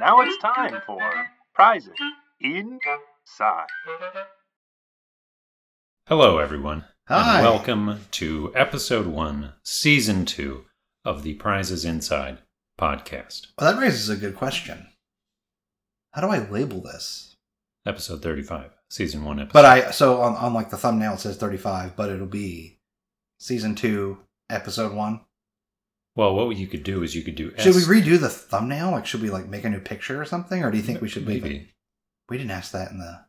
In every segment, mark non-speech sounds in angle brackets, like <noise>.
Now it's time for Prizes Inside. Hello, everyone. Hi. And welcome to episode one, season two of the Prizes Inside podcast, Well, that raises a good question. How do I label this? episode 35, season one episode. But I so on, on like the thumbnail it says 35, but it'll be season 2, episode 1. well, what you could do is you could do. Should we S- redo the thumbnail? Like should we like make a new picture or something or do you think we should leave Maybe. it? We didn't ask that in the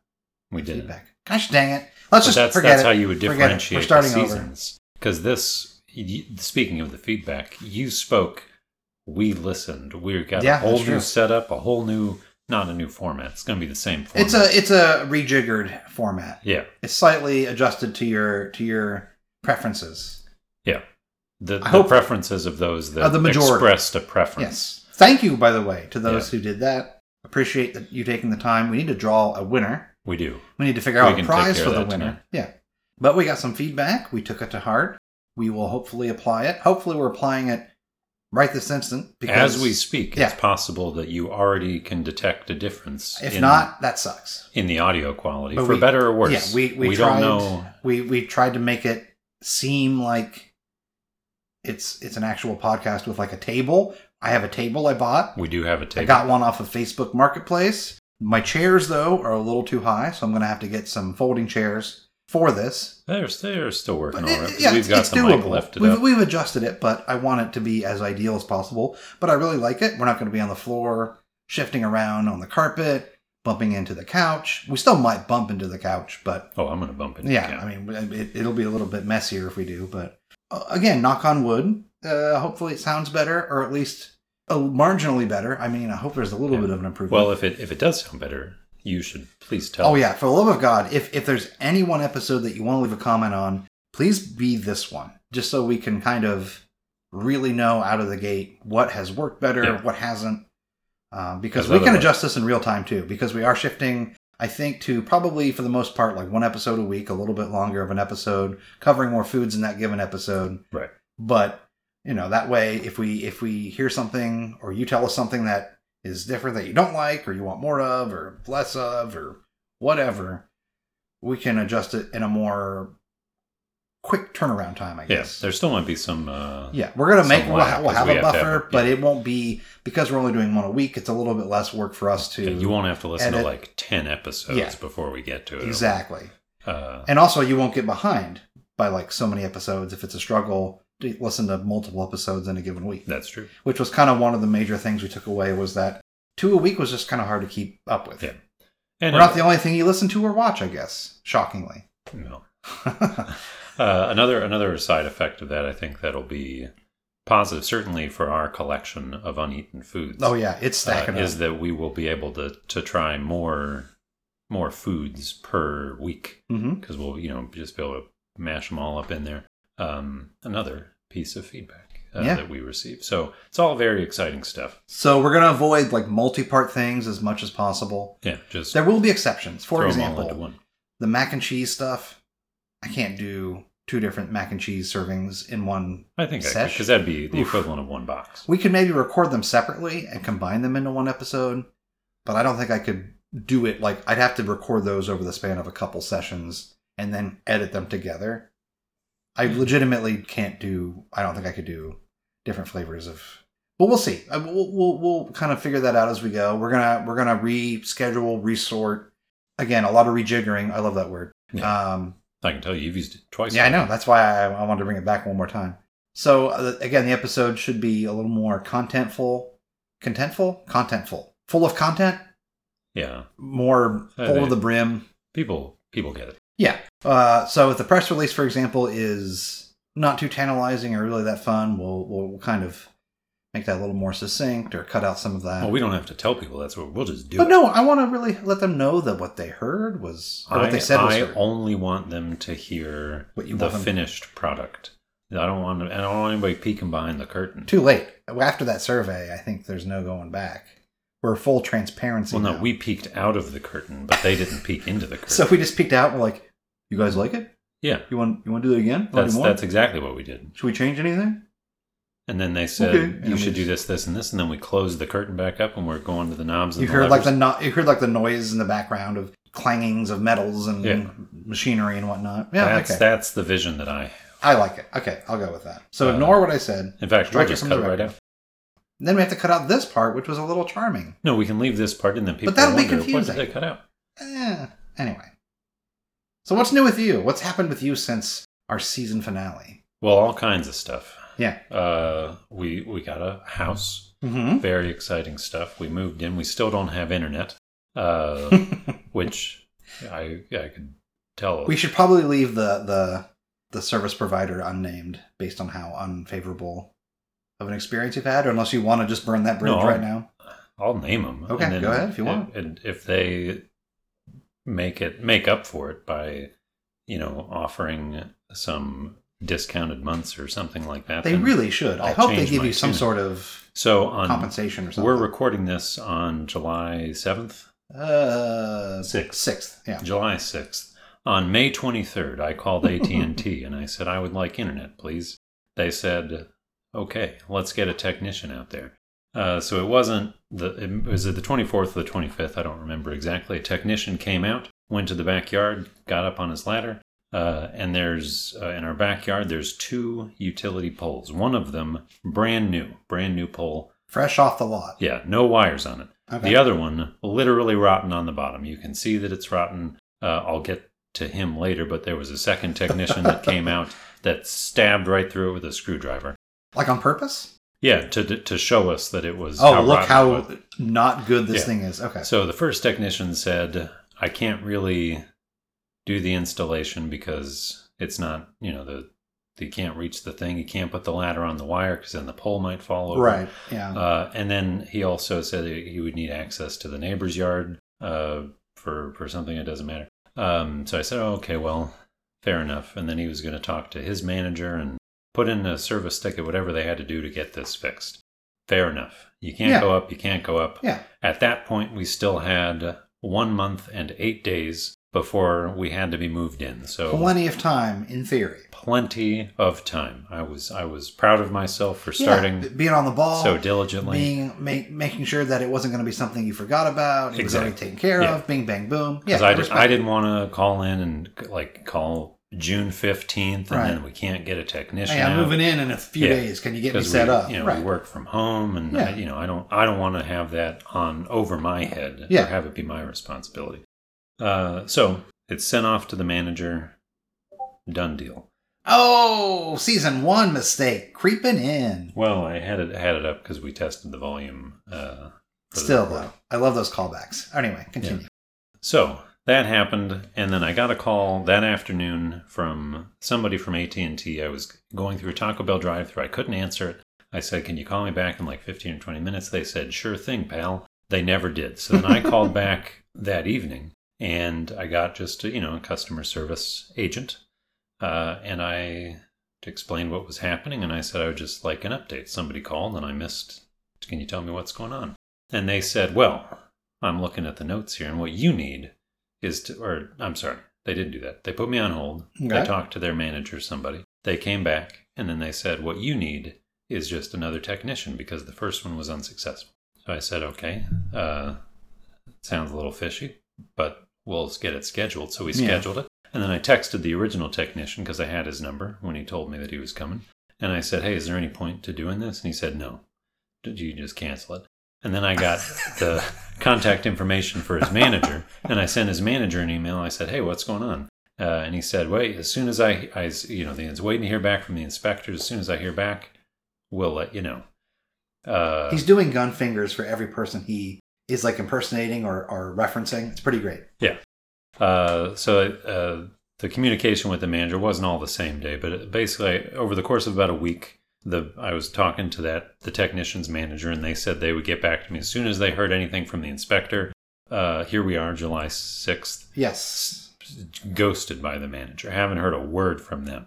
We did. it. feedback. Gosh dang it. But Let's just that's, forget that's it. how you would Forget it. differentiate We're starting the over. seasons. Because this, y- speaking of the feedback, you spoke, we listened. We got Yeah, a whole that's new true. setup, a whole new, not a new format. It's going to be the same format. It's a it's a rejiggered format. yeah, It's slightly adjusted to your to your preferences. yeah. The, the hope- preferences of those that Of the majority. expressed a preference. Yes. Thank you, by the way, to those who did that. Appreciate that you taking the time. We need to draw a winner. We do. We need to figure We out can a take prize care for of the that winner. tonight. Yeah. But we got some feedback. We took it to heart. We will hopefully apply it. Hopefully, we're applying it right this instant. As we speak, yeah. it's possible that you already can detect a difference. if in, not, that sucks. in the audio quality, But for we- better or worse. Yeah, we we, don't tried. know. We we tried to make it seem like it's it's an actual podcast with like a table. I have a table I bought. We do have a I table. got one off of Facebook Marketplace. My chairs, though, are a little too high, so I'm going to have to get some folding chairs for this. They're, they're still working But on it- it because yeah, we've got it's the doable. mic lifted we've, up. we've adjusted it, but I want it to be as ideal as possible. But I really like it. We're not going to be on the floor, shifting around on the carpet, bumping into the couch. We still might bump into the couch, but Oh, I'm going to bump it. yeah, I mean, it, it'll be a little bit messier if we do. But uh, again, knock on wood. Uh, hopefully, it sounds better, or at least uh, marginally better. I mean, I hope there's a little Yeah. bit of an improvement. Well, if it if it does sound better, you should please tell. Oh yeah, for the love of God, if if there's any one episode that you want to leave a comment on, please be this one, just so we can kind of really know out of the gate what has worked better, Yeah. what hasn't, um, because Because we can otherwise- adjust this in real time too. Because we are shifting, I think, to probably for the most part like one episode a week, a little bit longer of an episode, covering more foods in that given episode. Right. But you know that way, if we if we hear something or you tell us something that is different that you don't like or you want more of or less of or whatever, we can adjust it in a more quick turnaround time, I Yes, guess. there still might be some. Uh, Yeah, we're gonna make Some we'll, ha- lag, we'll 'cause have we a have to buffer, have a- but it won't be because we're only doing one a week. It's a little bit less work for us to. yeah, you won't have to listen to edit. like ten episodes Yeah. before we get to it. exactly, Uh, and also you won't get behind by like so many episodes if it's a struggle to listen to multiple episodes in a given week. that's true. Which was kind of one of the major things we took away was that two a week was just kind of hard to keep up with. Yeah. And We're not the only thing you listen to or watch, I guess. Shockingly. <laughs> Oh, no. Uh, another another side effect of that, I think that'll be positive, certainly for our collection of uneaten foods. oh yeah, it's uh, stacking is up. that we will be able to to try more more foods per week hmm because we'll you know just be able to mash them all up in there. Um, another piece of feedback uh, Yeah. that we received. So it's all very exciting stuff. So we're gonna avoid like multi-part things as much as possible. Yeah, just There will be exceptions. For throw 'em all into example, one. the mac and cheese stuff. I can't do two different mac and cheese servings in one. I think I Sesh? because that'd be the Oof. equivalent of one box. We could maybe record them separately and combine them into one episode, but I don't think I could do it like I'd have to record those over the span of a couple sessions and then edit them together. I legitimately can't do. I don't think I could do different flavors of. But we'll see. Uh, We'll, we'll we'll kind of figure that out as we go. We're gonna we're gonna reschedule, resort. Again, a lot of rejiggering. I love that word. Yeah. Um, I can tell you, you've used it twice. yeah, I know. That's why I, I wanted to bring it back one more time. So uh, again, the episode should be a little more contentful, contentful, contentful, full of content, Yeah, more I full think- of the brim. people people get it. Yeah. Uh, so if the press release, for example, is not too tantalizing or really that fun, we'll we'll, we'll kind of make that a little more succinct or cut out some of that. Well, we don't have to tell people. That's what we'll just do. but it. no, I want to really let them know that what they heard was or what I, they said was I heard. only want them to hear What you the want them- finished product. I don't want. I don't want anybody peeking behind the curtain. Too late. After that survey, I think there's no going back. We're full transparency. Well, no, now. we peeked out of the curtain, but they didn't peek into the curtain. <laughs> So we just peeked out. and We're like, "You guys like it? yeah, You want you want to do it again? Want to that's do more? that's exactly what we did. Should we change anything? And then they said, Okay. you And should do we- this, this, and this. And then we closed the curtain back up and we're going to the knobs and You the heard like the levers. no- you heard like the noise in the background of clangings of metals and Yeah. machinery and whatnot. Yeah, that's, okay. that's the vision that I I like it. Okay, I'll go with that. So Uh, ignore what I said. In fact, we'll Strike it just from cut the it right record. out. Then we have to cut out this part, which was a little charming. No, we can leave this part and then people that'll be wonder, what confusing. did they cut out? Eh, anyway. So what's new with you? What's happened with you since our season finale? Well, all kinds of stuff. Yeah. Uh, we we got a house. Mm-hmm. Very exciting stuff. We moved in. We still don't have internet, <laughs> uh, which I I could tell. we should probably leave the the the service provider unnamed based on how unfavorable of an experience you've had, or unless you want to just burn that bridge No, I'll- right now. I'll name them. Okay, go ahead if you want. And if they make it make up for it by you know offering some discounted months or something like that, They then- really should. i I'll hope they change give my you some tune. sort of So on compensation or something. we're recording this on July seventh. uh, Sixth. Sixth, yeah. July 6th. On May 23rd, I called AT&T and I said I would like internet, please. They said, "Okay, let's get a technician out there." Uh, so it wasn't the it was it the 24th or the 25th? I don't remember exactly. A technician came out, went to the backyard, got up on his ladder, uh, and there's uh, in our backyard there's two utility poles. One of them brand new, brand new pole. Fresh off the lot. Yeah, no wires on it. Okay. The other one, literally rotten on the bottom. You can see that it's rotten. Uh, I'll get to him later, but there was a second technician that <laughs> came out that stabbed right through it with a screwdriver. Like on purpose? Yeah, to to show us that it was. Oh, how look rotten it was. how not good this Yeah. thing is. Okay. So the first technician said, "I can't really do the installation because it's not, you know, the you can't reach the thing. You can't put the ladder on the wire because then the pole might fall over." Right. Yeah. Uh, and then he also said that he would need access to the neighbor's yard uh, for for something that doesn't matter. Um, so I said, oh, okay, well, fair enough. And then he was going to talk to his manager and put in a service ticket, whatever they had to do to get this fixed. Fair enough. You can't Yeah. go up. You can't go up. Yeah. At that point, we still had one month and eight days before we had to be moved in. So Plenty of time, in theory. plenty of time. I was I was proud of myself for Yeah, starting b- being on the ball. so diligently. being ma- making sure that it wasn't going to be something you forgot about. It was already Exactly. taken care Yeah. of. Bing, bang, boom. Yeah, Because I, did, respect I didn't want to call in and like call June fifteenth, and Right. then we can't get a it. technician. Hey, I'm out moving in in a few Yeah. days. Can you get me 'cause set we, up? You know, right. we work from home, and Yeah. I, you know, I don't, I don't want to have that on over my head Yeah. or have it be my responsibility. Uh, so it's sent off to the manager. Done deal. Oh, season one mistake creeping in. Well, I had it had it up because we tested the volume. Uh, for the Still recording. though, I love those callbacks. Anyway, continue. So that happened, and then I got a call that afternoon from somebody from AT and T. I was going through a Taco Bell drive-thru. I couldn't answer it. I said, "Can you call me back in like 15 or 20 minutes?" They said, "Sure thing, pal." They never did. So then I called <laughs> back that evening, and I got just a, you know a customer service agent, uh, and I explained what was happening, and I said I would just like an update. Somebody called, and I missed. Can you tell me what's going on? And they said, "Well, I'm looking at the notes here, and what you need is to, or I'm sorry, they didn't do that. They put me on hold. They Okay. talked to their manager, somebody. They came back, and then they said, What you need is just another technician because the first one was unsuccessful. So I said, Okay, uh, sounds a little fishy, but we'll get it scheduled. So we Yeah. scheduled it. And then I texted the original technician because I had his number when he told me that he was coming. And I said, Hey, is there any point to doing this? And he said, No. Did you just cancel it? And then I got the contact information for his manager, and I sent his manager an email. I said, "Hey, what's going on?" Uh, and he said, "Wait, as soon as I, I, you know, the, waiting to hear back from the inspectors. As soon as I hear back, we'll let you know." Uh, He's doing gun fingers for every person he is like impersonating or, or referencing. It's pretty great. Uh, so uh, the communication with the manager wasn't all the same day, but basically over the course of about a week, the I was talking to that the technician's manager, and they said they would get back to me as soon as they heard anything from the inspector. Uh, here we are, July sixth. Yes. ghosted by the manager. Haven't heard a word from them.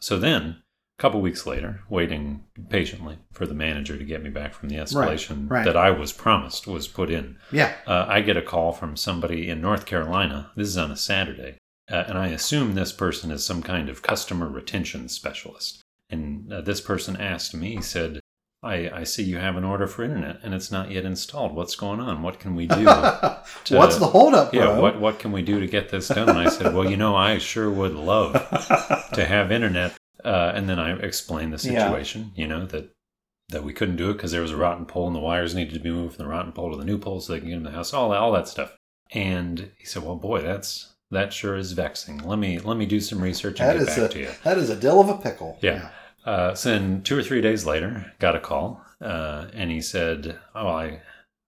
So then, a couple weeks later, waiting patiently for the manager to get me back from the escalation right. that I was promised was put in, Yeah. uh, I get a call from somebody in North Carolina. This is on a Saturday. Uh, and I assume this person is some kind of customer retention specialist. And uh, this person asked me, said, I, I see you have an order for internet and it's not yet installed. What's going on? What can we do? to- <laughs> What's the holdup, bro? yeah, <laughs> what, what can we do to get this done? And I said, Well, you know, I sure would love to have internet. Uh, and then I explained the Yeah. situation, you know, that that we couldn't do it because there was a rotten pole and the wires needed to be moved from the rotten pole to the new pole so they can get in the house, all that, all that stuff. And he said, "Well, boy, that's that sure is vexing. Let me let me do some research and That get is back a- to you." that is a dill of a pickle. Yeah. Uh, so then two or three days later, got a call, uh, and he said, "Oh, I,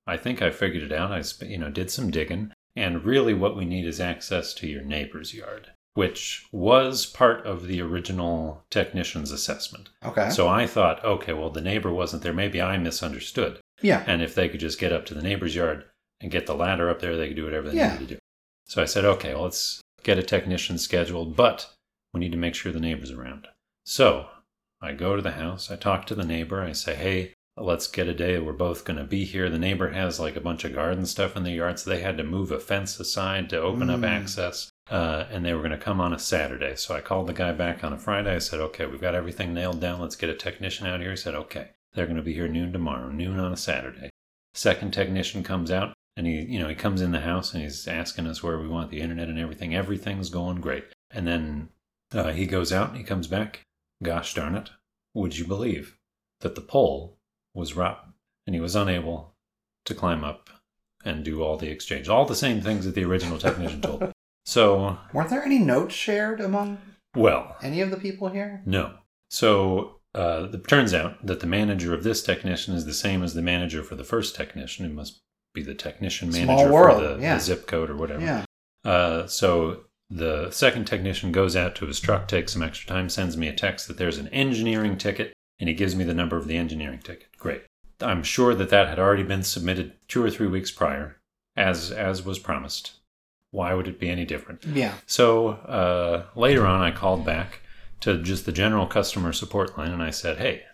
I think I figured it out. I, sp- you know, did some digging, and really, what we need is access to your neighbor's yard, which was part of the original technician's assessment. Okay. So I thought, okay, well, the neighbor wasn't there. Maybe I misunderstood. yeah. And if they could just get up to the neighbor's yard and get the ladder up there, they could do whatever they Yeah. needed to do. So I said, okay, well, let's get a technician scheduled, but we need to make sure the neighbor's around. So I go to the house, I talk to the neighbor, I say, hey, let's get a day we're both going to be here. The neighbor has like a bunch of garden stuff in the yard, so they had to move a fence aside to open up Mm. access. Uh, and they were going to come on a Saturday. So I called the guy back on a Friday. I said, okay, we've got everything nailed down. Let's get a technician out here. He said, okay, they're going to be here noon tomorrow, noon on a Saturday. Second technician comes out and he, you know, he comes in the house and he's asking us where we want the internet and everything. Everything's going great. And then uh, he goes out and he comes back. Gosh darn it. Would you believe that the pole was rotten and he was unable to climb up and do all the exchange? All the same things that the original technician told me. So, Weren't there any notes shared among well, any of the people here? no. So uh, it turns out that the manager of this technician is the same as the manager for the first technician. It must be the technician Small manager world, for the, yeah. the zip code or whatever. Yeah. Uh, so the second technician goes out to his truck, takes some extra time, sends me a text that there's an engineering ticket, and he gives me the number of the engineering ticket. Great. I'm sure that that had already been submitted two or three weeks prior, as as was promised. Why would it be any different? Yeah. So uh, later on, I called back to just the general customer support line and I said, Hey,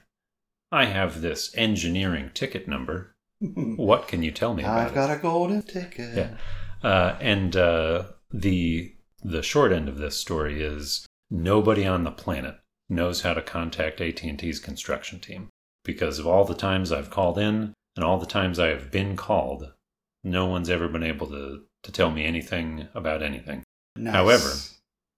I have this engineering ticket number. What can you tell me about I've it? got a golden ticket. Yeah. Uh, and uh, the the short end of this story is nobody on the planet knows how to contact AT&T's construction team because of all the times I've called in and all the times I have been called, no one's ever been able to to tell me anything about anything. Nice. However,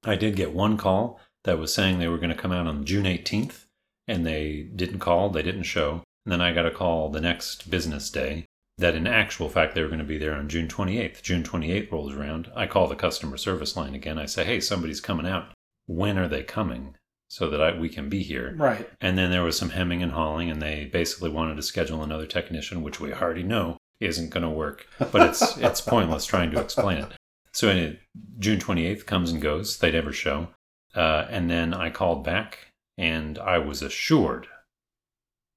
I did get one call that was saying they were going to come out on June 18th, and they didn't call, they didn't show. And then I got a call the next business day that, in actual fact, they were going to be there on June 28th. June 28th rolls around. I call the customer service line again. I say, hey, somebody's coming out. When are they coming so that I, we can be here? right. And then there was some hemming and hawing, and they basically wanted to schedule another technician, which we already know isn't going to work. But <laughs> it's it's pointless trying to explain it. So anyway, June 28th comes and goes. They never show. Uh, and then I called back, and I was assured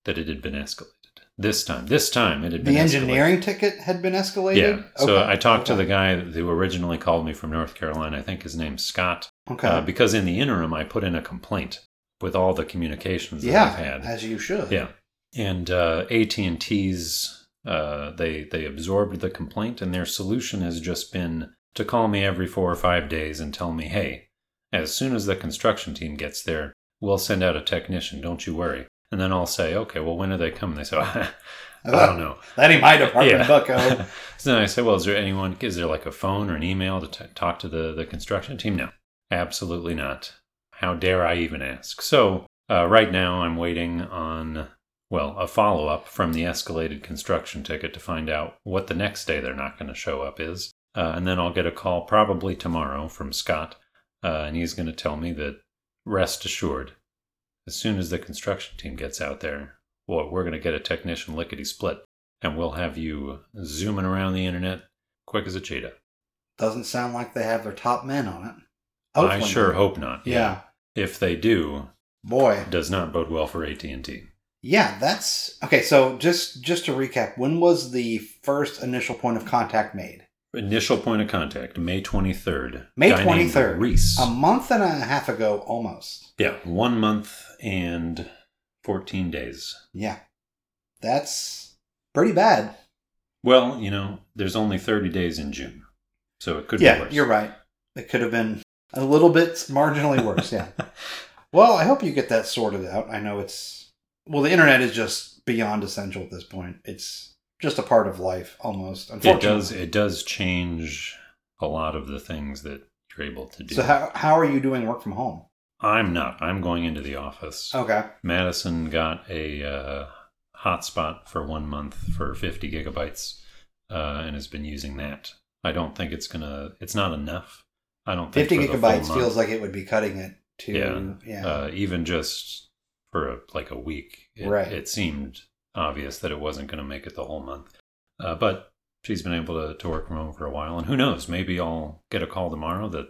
that it had been escalated. This time, this time it had been The escalated. engineering ticket had been escalated. Yeah. So Okay. I talked to the Okay. guy who originally called me from North Carolina. I think his name's Scott. Okay. Uh, because in the interim, I put in a complaint with all the communications that I've yeah. had As you should. yeah and uh, at&t's uh, they they absorbed the complaint and their solution has just been to call me every four or five days and tell me hey as soon as the construction team gets there we'll send out a technician don't you worry and then i'll say okay well when are they coming they say <laughs> i don't know That ain't my department, <laughs> Yeah. Bucko. so then I said, well, is there anyone, is there like a phone or an email to t- talk to the, the construction team? No, absolutely not. How dare I even ask? So uh, right now I'm waiting on, well, a follow up from the escalated construction ticket to find out what the next day they're not going to show up is. Uh, and then I'll get a call probably tomorrow from Scott, uh, and he's going to tell me that rest assured, as soon as the construction team gets out there, well, we're going to get a technician lickety split and we'll have you zooming around the internet quick as a cheetah. Doesn't sound like they have their top men on it. I Hopefully sure not. hope not. Yeah. If they do, Boy. does not bode well for AT&T. Yeah, that's okay. So just just to recap, when was the first initial point of contact made? Initial point of contact, May 23rd. May Um, Guy twenty named third, Reese. a month and a half ago, almost. yeah, one month and 14 days. Yeah, that's pretty bad. Well, you know, there's only 30 days in June, so it could yeah, be worse. <laughs> you're right. It could have been a little bit marginally worse. Yeah. Well, I hope you get that sorted out. I know it's well, the internet is just beyond essential at this point. It's just a part of life almost. It Unfortunately, does it does change a lot of the things that you're able to do. So how how are you doing work from home? I'm not. I'm going into the office. Okay. Madison got a uh, hotspot for one month for 50 gigabytes uh, and has been using that. I don't think it's gonna. It's not enough. I don't think Fifty for the full gigabytes month. feels like it would be cutting it to yeah. uh, even just for a, like a week. It, Right. It seemed obvious that it wasn't going to make it the whole month, uh, but she's been able to, to work from home for a while, and who knows? Maybe I'll get a call tomorrow that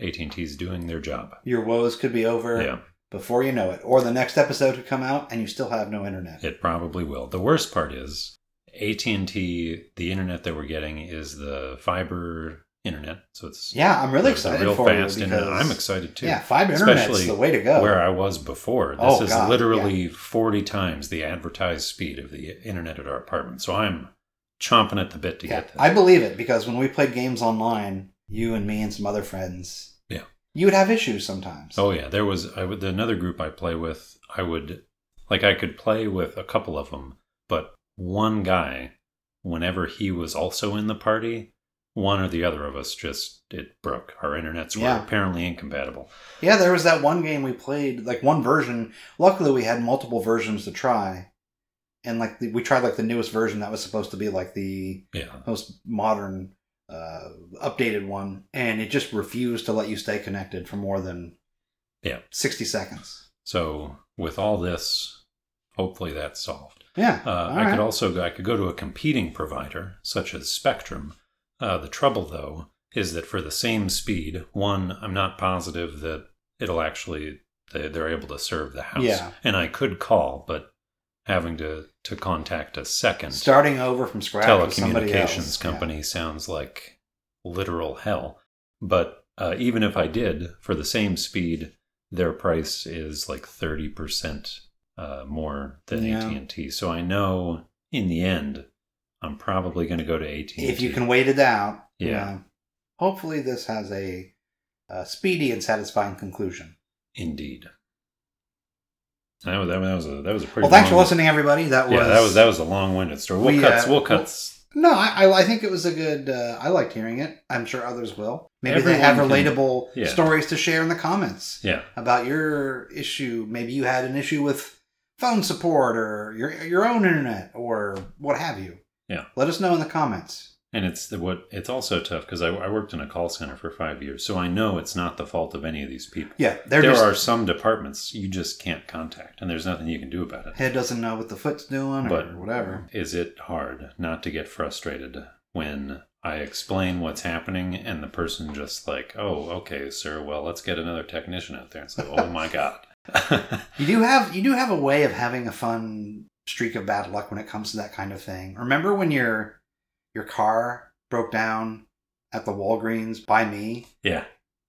AT and T's doing their job. Your woes could be over Yeah, before you know it, or the next episode could come out and you still have no internet. it probably will. The worst part is AT and T. The internet that we're getting is the fiber internet, so it's yeah, I'm really the- the excited real for fast you because internet. I'm excited too. yeah, fiber internet's Especially the way to go. where I was before. This Oh, is God, literally 40 times the advertised speed of the internet at our apartment. So I'm chomping at the bit to Yeah, get this. I believe it because when we played games online, you and me and some other friends, Yeah. you would have issues sometimes. oh yeah, there was I would, another group I play with. I would like I could play with a couple of them, but one guy, whenever he was also in the party, one or the other of us just it broke. Our internets were Yeah. apparently incompatible. Yeah, there was that one game we played, like one version. Luckily, we had multiple versions to try, and like the, we tried like the newest version that was supposed to be like the Yeah, most modern, uh, updated one, and it just refused to let you stay connected for more than Yeah. sixty seconds. so with all this, hopefully that's solved. Yeah, Uh, I could also go, I could go to a competing provider such as Spectrum. Uh, the trouble though is that for the same speed, one I'm not positive that it'll actually they- they're able to serve the house. Yeah. And I could call, but having to to contact a second starting over from scratch. with somebody else. telecommunications company sounds like literal hell. But uh, even if I did, for the same speed, their price is like thirty percent uh, more than Yeah. AT and T. So I know in the end, I'm probably going to go to AT. Yeah. If you can wait it out, you Yeah. know. hopefully, this has a, a speedy and satisfying conclusion. indeed. That was, that was a that was a pretty. Well, thanks for long- listening, everybody. That was Yeah, that was that was a long-winded story. We'll We, cut. uh, we'll we'll- cut. No, I, I- I think it was a good. Uh, I liked hearing it. I'm sure others will. Maybe they have Everyone can- relatable yeah. stories to share in the comments yeah, about your issue. Maybe you had an issue with phone support or your your own internet or what have you. Yeah. Let us know in the comments. And it's the, what it's also tough because I, I worked in a call center for five years, so I know it's not the fault of any of these people. Yeah, they're There just are some departments you just can't contact, and there's nothing you can do about it. head doesn't know what the foot's doing But or whatever. Is it hard not to get frustrated when I explain what's happening and the person just like, "Oh, okay, sir. Well, let's get another technician out there." It's like, "Oh my god." <laughs> You do have you do have a way of having a fun streak of bad luck when it comes to that kind of thing. Remember when your your car broke down at the Walgreens by me yeah,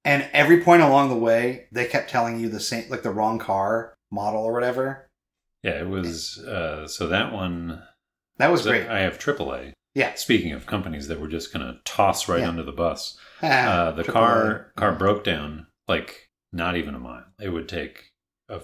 And every point along the way, they kept telling you the same, like the wrong car model or whatever. yeah. It was uh, so that one. That was so great. I have AAA. Yeah. Speaking of companies that we're just gonna toss right Yeah. under the bus. Ah, uh, the car car broke down like not even a mile. It would take a,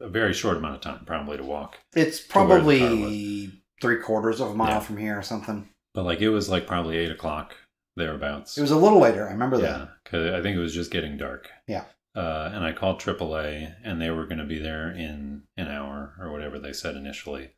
a very short amount of time probably to walk. It's to where the car probably three quarters of a mile Yeah. from here or something. But like it was like probably eight o'clock thereabouts. It was a little later. I remember yeah, because I think it was just getting dark. Yeah. Uh, and I called AAA, and they were going to be there in an hour or whatever they said initially.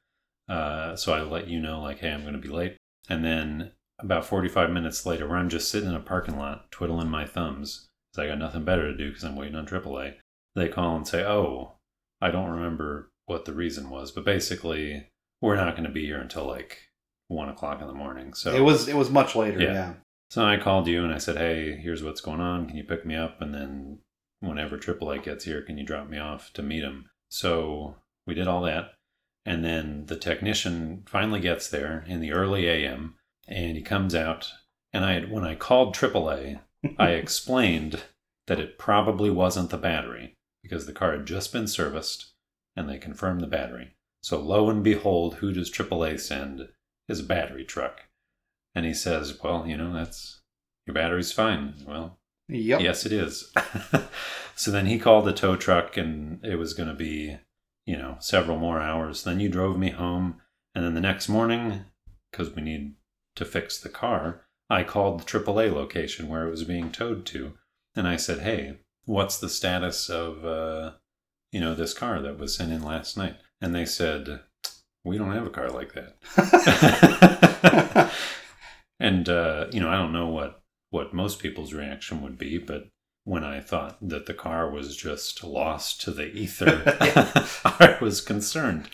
Uh, so I let you know, like, hey, I'm going to be late. And then about 45 minutes later, I'm just sitting in a parking lot twiddling my thumbs because I got nothing better to do because I'm waiting on AAA. They call and say, oh, I don't remember what the reason was, but basically, we're not going to be here until like one o'clock in the morning. So that. It was it was much later. Yeah. Yeah. so I called you and I said, "Hey, here's what's going on. Can you pick me up?" And then whenever AAA gets here, can you drop me off to meet him? So we did all that, and then the technician finally gets there in the early a.m. and he comes out. And I, when I called AAA, I explained that it probably wasn't the battery because the car had just been serviced, and they confirmed the battery. So lo and behold, who does AAA send? His battery truck. And he says, Well, you know, that's your battery's fine. Well, Yep. Yes, it is. <laughs> so then he called the tow truck, and it was going to be, you know, several more hours. Then you drove me home, and then the next morning, because we need to fix the car, I called the AAA location where it was being towed to, and I said, "Hey, what's the status of, uh, you know, this car that was sent in last night?" And they said, "We don't have a car like <laughs> that." <laughs> and uh, you know, I don't know what what most people's reaction would be, but when I thought that the car was just lost to the <laughs> ether, <laughs> I was concerned.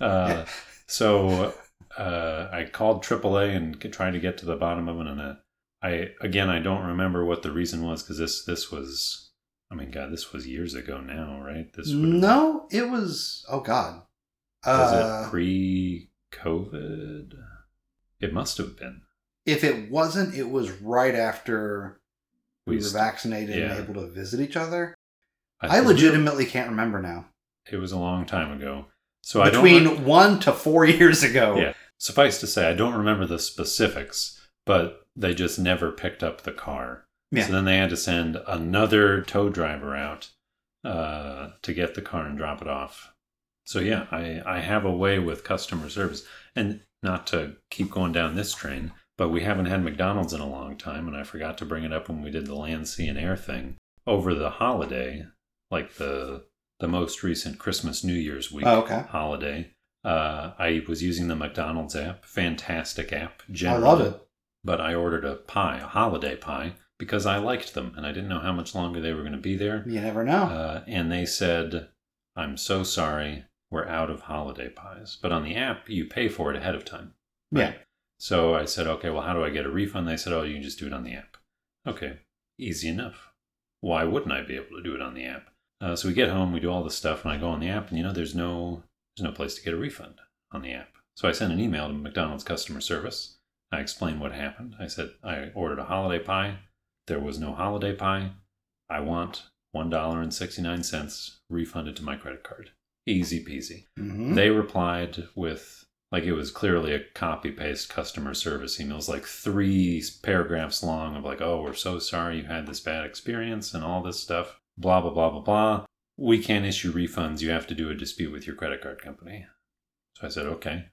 Uh, so uh, I called AAA and c- tried to get to the bottom of it. And uh, I, again, I don't remember what the reason was because this this was, I mean, God, this was years ago now, right? This would have been- no, it was. Oh God. was Uh, it pre-COVID? It must have been. if it wasn't, it was right after we, were st- vaccinated yeah. and able to visit each other. I I legitimately can't remember now. It was a long time ago. So I Between don't. one to four <laughs> years ago. Yeah. suffice to say, I don't remember the specifics, but they just never picked up the car. Yeah. So then they had to send another tow driver out uh, to get the car and drop it off. So yeah, I, I have a way with customer service, and not to keep going down this train, but we haven't had McDonald's in a long time, and I forgot to bring it up when we did the land, sea, and air thing over the holiday, like the the most recent Christmas New Year's week Oh, okay. holiday. Uh, I was using the McDonald's app, fantastic app. I Generally, love it. But I ordered a pie, a holiday pie, because I liked them and I didn't know how much longer they were going to be there. You never know. Uh, and they said, "I'm so sorry, we're out of holiday pies." But on the app, you pay for it ahead of time. yeah. So I said, okay, well, how do I get a refund? They said, oh, you can just do it on the app. Okay, easy enough. Why wouldn't I be able to do it on the app? Uh, so we get home, we do all this stuff, and I go on the app, and you know, there's no there's no place to get a refund on the app. So I sent an email to McDonald's customer service. I explained what happened. I said I ordered a holiday pie. There was no holiday pie. I want one dollar and sixty nine cents refunded to my credit card. Easy peasy. Mhm. They replied with like it was clearly a copy paste customer service emails, like three paragraphs long of like, oh, we're so sorry you had this bad experience and all this stuff, blah blah blah blah blah. We can't issue refunds. You have to do a dispute with your credit card company. So I said, okay,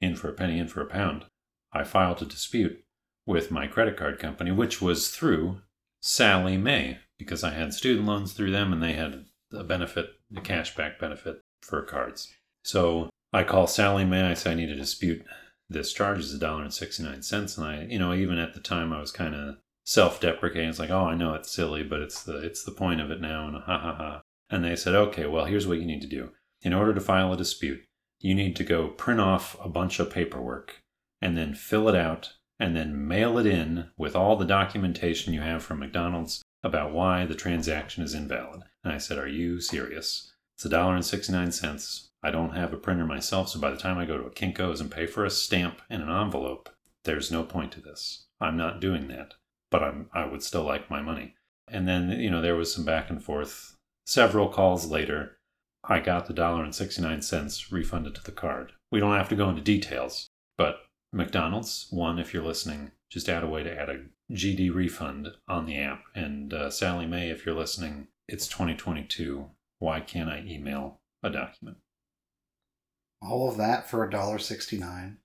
in for a penny, in for a pound. I filed a dispute with my credit card company, which was through Sally May because I had student loans through them and they had a benefit, a cashback benefit for cards. So I call Sally May. I say I need to dispute this charge is a dollar and sixty nine cents, and I, you know, even at the time I was kind of self deprecating. It's like, oh, I know it's silly, but it's the it's the point of it now, and ha ha ha. And they said, okay, well, here's what you need to do. In order to file a dispute, you need to go print off a bunch of paperwork and then fill it out and then mail it in with all the documentation you have from McDonald's about why the transaction is invalid. And I said, Are you serious? It's a dollar and sixty-nine cents. I don't have a printer myself, so by the time I go to a Kinko's and pay for a stamp and an envelope, there's no point to this. I'm not doing that. But I'm I would still like my money. And then, you know, there was some back and forth. Several calls later, I got the dollar and 69 cents refunded to the card. We don't have to go into details, but McDonald's, one, if you're listening, just add a way to add a GD refund on the app. And uh, Sally May, if you're listening, it's 2022. Why can't I email a document? All of that for a dollar sixty-nine.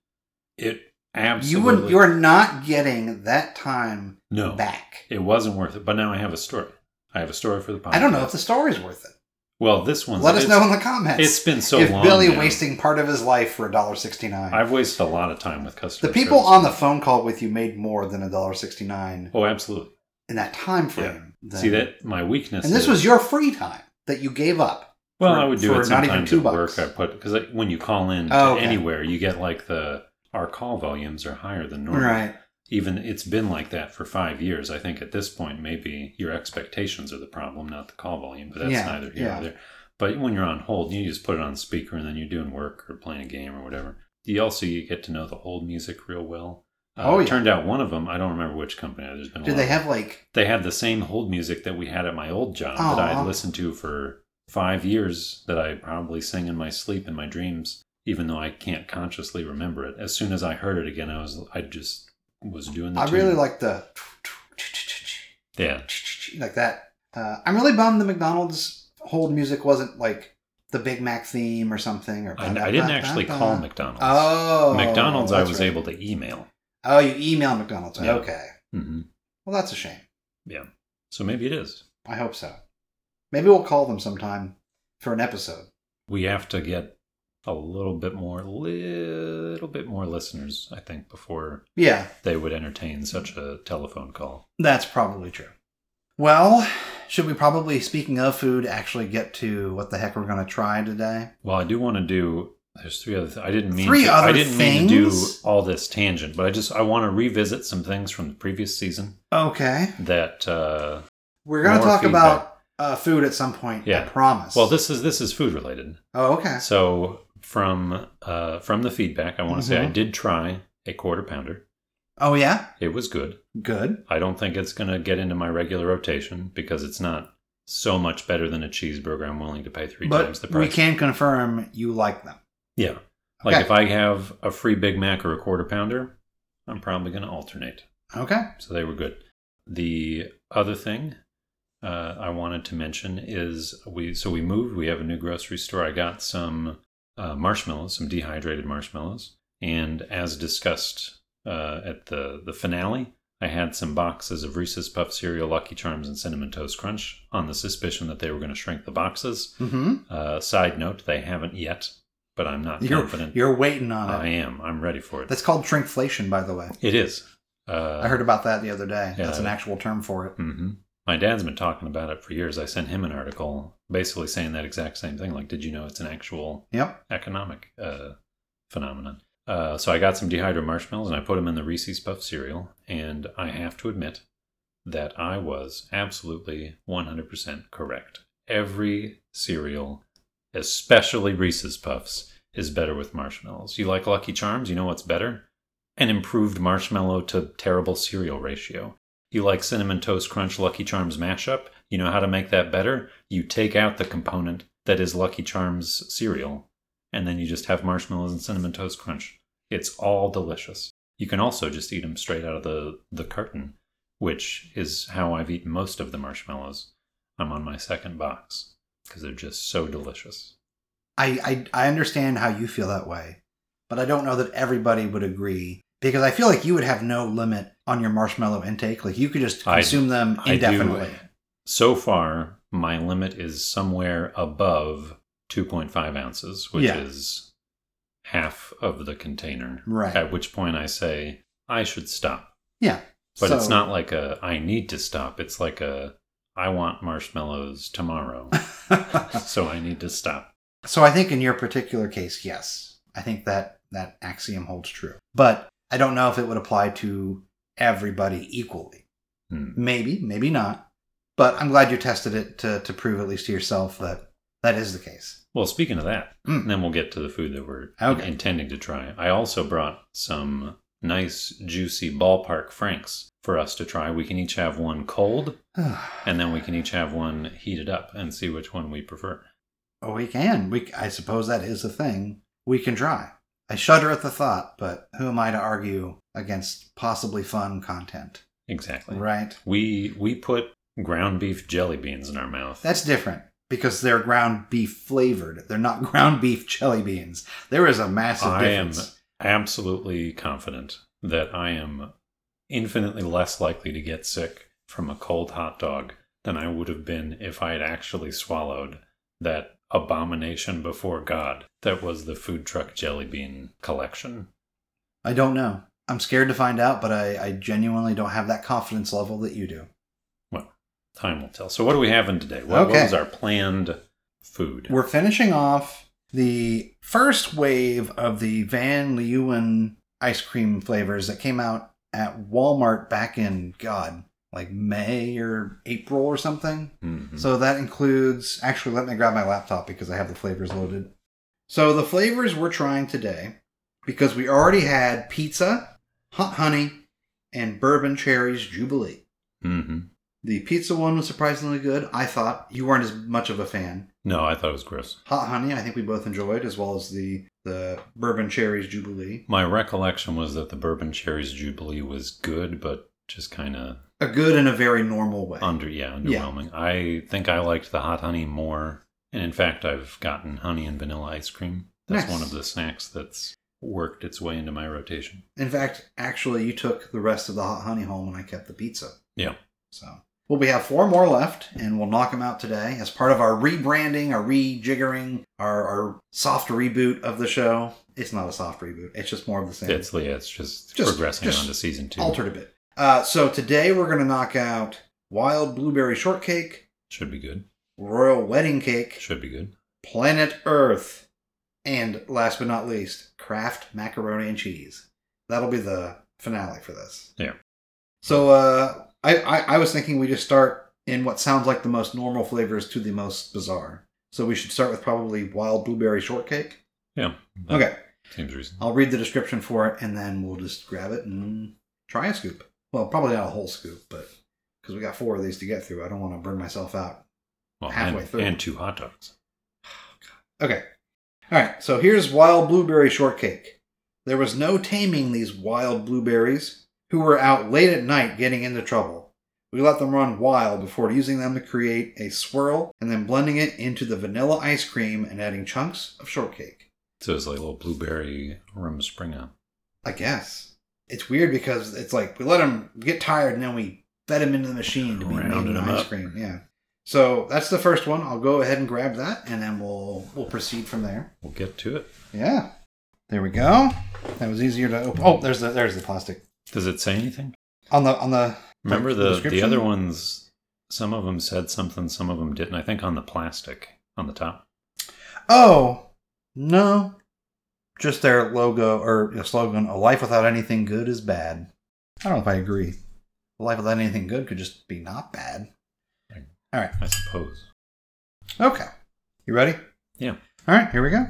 It You absolutely. would. You are not getting that time no, back. it wasn't worth it. But now I have a story. I have a story for the podcast. I don't know if the story's worth it. Oh, Well, this one. Let us know in the comments. It's been so if long. Billy now. wasting part of his life for a dollar sixty-nine. I've wasted a lot of time with The customers. people on the phone call with you made more than a dollar sixty-nine Oh, absolutely. in that time frame. than- See that my weakness. And this is- was your free time that you gave up. well, for- I would do for it not even sometimes two at work. bucks. I put because like, when you call in to Oh, okay. anywhere, you get like the our call volumes are higher than normal. Right. Even it's been like that for five years. I think at this point, maybe your expectations are the problem, not the call volume. But that's Yeah, neither here yeah. nor there. But when you're on hold, you just put it on speaker, and then you're doing work or playing a game or whatever. You also you get to know the hold music real well. Uh, Oh, yeah. Turned out one of them, I don't remember which company. There's been a Did lot they of- have like they had the same hold music that we had at my old job that I Aw. had listened to for five years that I probably sing in my sleep in my dreams, even though I can't consciously remember it. As soon as I heard it again, I was I just was doing the I really tune. like the Yeah. like that. Uh, I'm really bummed the McDonald's hold music wasn't like the Big Mac theme or something. Or I, I didn't actually call McDonald's. Oh, McDonald's, I that's was right. able to email. Oh, you email McDonald's. Yeah. Okay. hmm Well, that's a shame. So maybe it is. I hope so. Maybe we'll call them sometime for an episode. We have to get a little bit more, little bit more listeners, I think, before Yeah, they would entertain such a telephone call. that's probably true. Well, should we probably, speaking of food, actually get to what the heck we're going to try today? Well, I do want to do. There's three other. Th- I didn't mean. Three to, I other didn't mean to do things? all this tangent, but I just I want to revisit some things from the previous season Okay. that. uh We're going to More talk feedback. about uh, food at some point. I Yeah. promise. Well, this is this is food related. Oh, okay. So from uh from the feedback, I want to say I Mhm. did try a quarter pounder. Oh, yeah. It was good. Good. I don't think it's going to get into my regular rotation because it's not so much better than a cheeseburger. I'm willing to pay three times but the we price. can confirm you like them. Yeah. Like Okay. if I have a free Big Mac or a quarter pounder, I'm probably going to alternate. Okay. So they were good. The other thing uh, I wanted to mention is we so we moved. We have a new grocery store. I got some uh, marshmallows, some dehydrated marshmallows, and as discussed uh, at the the finale, I had some boxes of Reese's Puff cereal, Lucky Charms, and Cinnamon Toast Crunch on the suspicion that they were going to shrink the boxes. Mm-hmm. Uh, side note: they haven't yet, but I'm not <laughs> You're, confident. you're waiting on I it. am. I'm ready for it. That's called shrinkflation, by the way. It is. Uh, I heard about that the other day. That's Yeah. an actual term for it. hmm My dad's been talking about it for years. I sent him an article basically saying that exact same thing. Like, did you know it's an actual Yep. economic uh, phenomenon? Uh, so I got some dehydrated marshmallows and I put them in the Reese's Puff cereal. And I have to admit that I was absolutely 100% correct. Every cereal, especially Reese's Puffs, is better with marshmallows. You like Lucky Charms? You know what's better? An improved marshmallow to terrible cereal ratio. You like Cinnamon Toast Crunch Lucky Charms mashup? You know how to make that better? You take out the component that is Lucky Charms cereal, and then you just have marshmallows and Cinnamon Toast Crunch. It's all delicious. You can also just eat them straight out of the, the carton, which is how I've eaten most of the marshmallows. I'm on my second box because they're just so delicious. I, I I understand how you feel that way, but I don't know that everybody would agree because I feel like you would have no limit on your marshmallow intake. Like you could just I- consume them I do. indefinitely. So far, my limit is somewhere above 2.5 ounces, which Yeah. is half of the container. Right. At which point I say, I should stop. Yeah. But So- it's not like a, I need to stop. It's like a, I want marshmallows <laughs> tomorrow. <laughs> so I need to stop. so I think in your particular case, yes, I think that that axiom holds true. But I don't know if it would apply to everybody equally. Hmm. Maybe, maybe not. But I'm glad you tested it to to prove at least to yourself that that is the case. Well, speaking of that, <sighs> <sighs> Mm. then we'll get to the food that we're Okay. intending to try. I also brought some nice, juicy ballpark franks for us to try. We can each have one cold, and then we can each have one heated up and see which one we prefer. Oh, we can. We I suppose that is a thing we can try. I shudder at the thought, but who am I to argue against possibly fun content, Exactly. right? We we put ground beef jelly beans in our mouth. That's different because they're ground beef flavored. They're not <laughs> ground beef jelly beans. There is a massive I am- difference. absolutely confident that I am infinitely less likely to get sick from a cold hot dog than I would have been if I had actually swallowed that abomination before God that was the food truck jelly bean collection. I don't know. I'm scared to find out, but I, I genuinely don't have that confidence level that you do. Time will tell. So, what are we having today? What, what Okay. was our planned food? We're finishing off the first wave of the Van Leeuwen ice cream flavors that came out at Walmart back in God, like May or April or something. Mhm. So that includes actually let me grab my laptop because I have the flavors loaded. So the flavors we're trying today because we already had pizza, hot honey, and bourbon cherries jubilee. Mhm. The pizza one was surprisingly good. I thought you weren't as much of a fan. No, I thought it was gross. Hot honey, I think we both enjoyed, as well as the the bourbon cherries jubilee. My recollection was that the bourbon cherries jubilee was good, but just kind of A good and a very normal way. under yeah Yeah. underwhelming. I think I liked the hot honey more, and in fact, I've gotten honey and vanilla ice cream. That's Nice. one of the snacks that's worked its way into my rotation. In fact, actually, you took the rest of the hot honey home and I kept the pizza. Yeah. So, well, we have four more left and we'll knock them out today as part of our rebranding, our rejiggering, our, our soft reboot of the show. It's not a soft reboot, it's just more of the same. It's yeah, it's just, Just- progressing just on to season two. altered a bit. Uh, so, today we're going to knock out wild blueberry shortcake, Should be good. royal wedding cake, Should be good. planet Earth, and last but not least, Kraft macaroni and cheese. That'll be the finale for this. Yeah. So uh, I, I I was thinking we just start in what sounds like the most normal flavors to the most bizarre. So we should start with probably wild blueberry shortcake. Yeah. that Okay, Seems reasonable. I'll read the description for it, and then we'll just grab it and try a scoop. Well, probably not a whole scoop, but because we got four of these to get through, I don't want to burn myself out. Well, halfway and, through. and two hot dogs. Okay. All right. So here's wild blueberry shortcake. There was no taming these wild blueberries who were out late at night getting into trouble. We let them run wild before using them to create a swirl and then blending it into the vanilla ice cream and adding chunks of shortcake. So it's like a little blueberry rum springer. I guess. It's weird because it's like we let them get tired and then we fed them into the machine to be made Rounded into 'em ice up. cream. Yeah. So that's the first one. I'll go ahead and grab that and then we'll we'll proceed from there. We'll get to it. Yeah. There we go. That was easier to open. Oh, there's the there's the plastic Does it say anything? on the on the. Remember the the description? other ones. Some of them said something. Some of them didn't. I think on the plastic on the top. Oh no, just their logo or their slogan: "A life without anything good is bad." I don't know if I agree. A life without anything good could just be not bad. All right. I suppose. Okay. You ready? Yeah. All right. Here we go.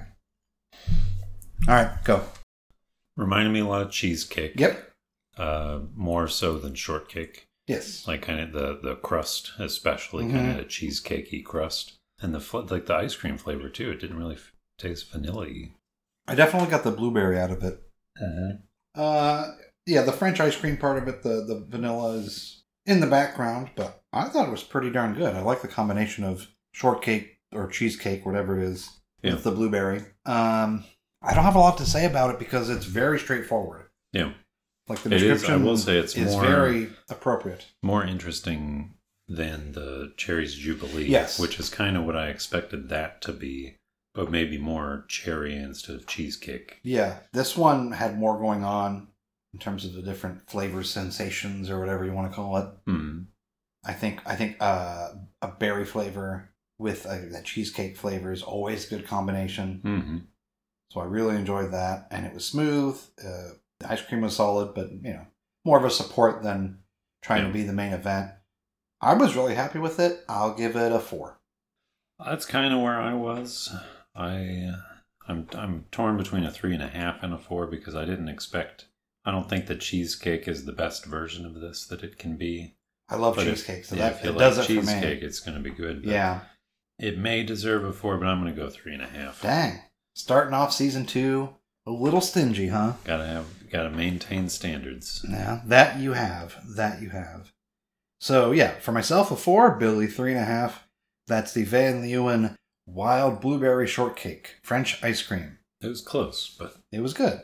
All right. Go. Reminded me a lot of cheesecake. Yep. Uh, more so than shortcake. Yes. Like kind of the the crust, especially Mhm. kind of a cheesecakey crust, and the fl- like the ice cream flavor too. It didn't really f- taste vanilla. I definitely got the blueberry out of it. Uh, yeah, the French ice cream part of it, the the vanilla is in the background, but I thought it was pretty darn good. I like the combination of shortcake or cheesecake, whatever it is, Yeah. with the blueberry. Um, I don't have a lot to say about it because it's very straightforward. Yeah. Like the It is- I description, will say it's is more- very appropriate. more interesting than the Cherry's Jubilee, Yes. which is kind of what I expected that to be, but maybe more cherry instead of cheesecake. Yeah, this one had more going on in terms of the different flavors, sensations, or whatever you want to call it. Hmm. I think I think uh, a berry flavor with uh that cheesecake flavor is always a good combination. hmm So I really enjoyed that, and it was smooth. Uh, the ice cream was solid, but you know, more of a support than trying Yeah. to be the main event. I was really happy with it. I'll give it a four. That's kind of where I was. I I'm I'm torn between a three and a half and a four because I didn't expect. I don't think the cheesecake is the best version of this that it can be. I love But if- cheesecake, so yeah, that if you it like does it for cheesecake, me. it's going to be good. but Yeah, it may deserve a four, but I'm going to go three and a half. dang. Starting off season two, a little stingy, huh? Gotta have, gotta maintain standards. Yeah, that you have. That you have. So yeah, for myself a four, Billy three and a half. That's the Van Leeuwen Wild Blueberry Shortcake French ice cream. It was close, but It was good,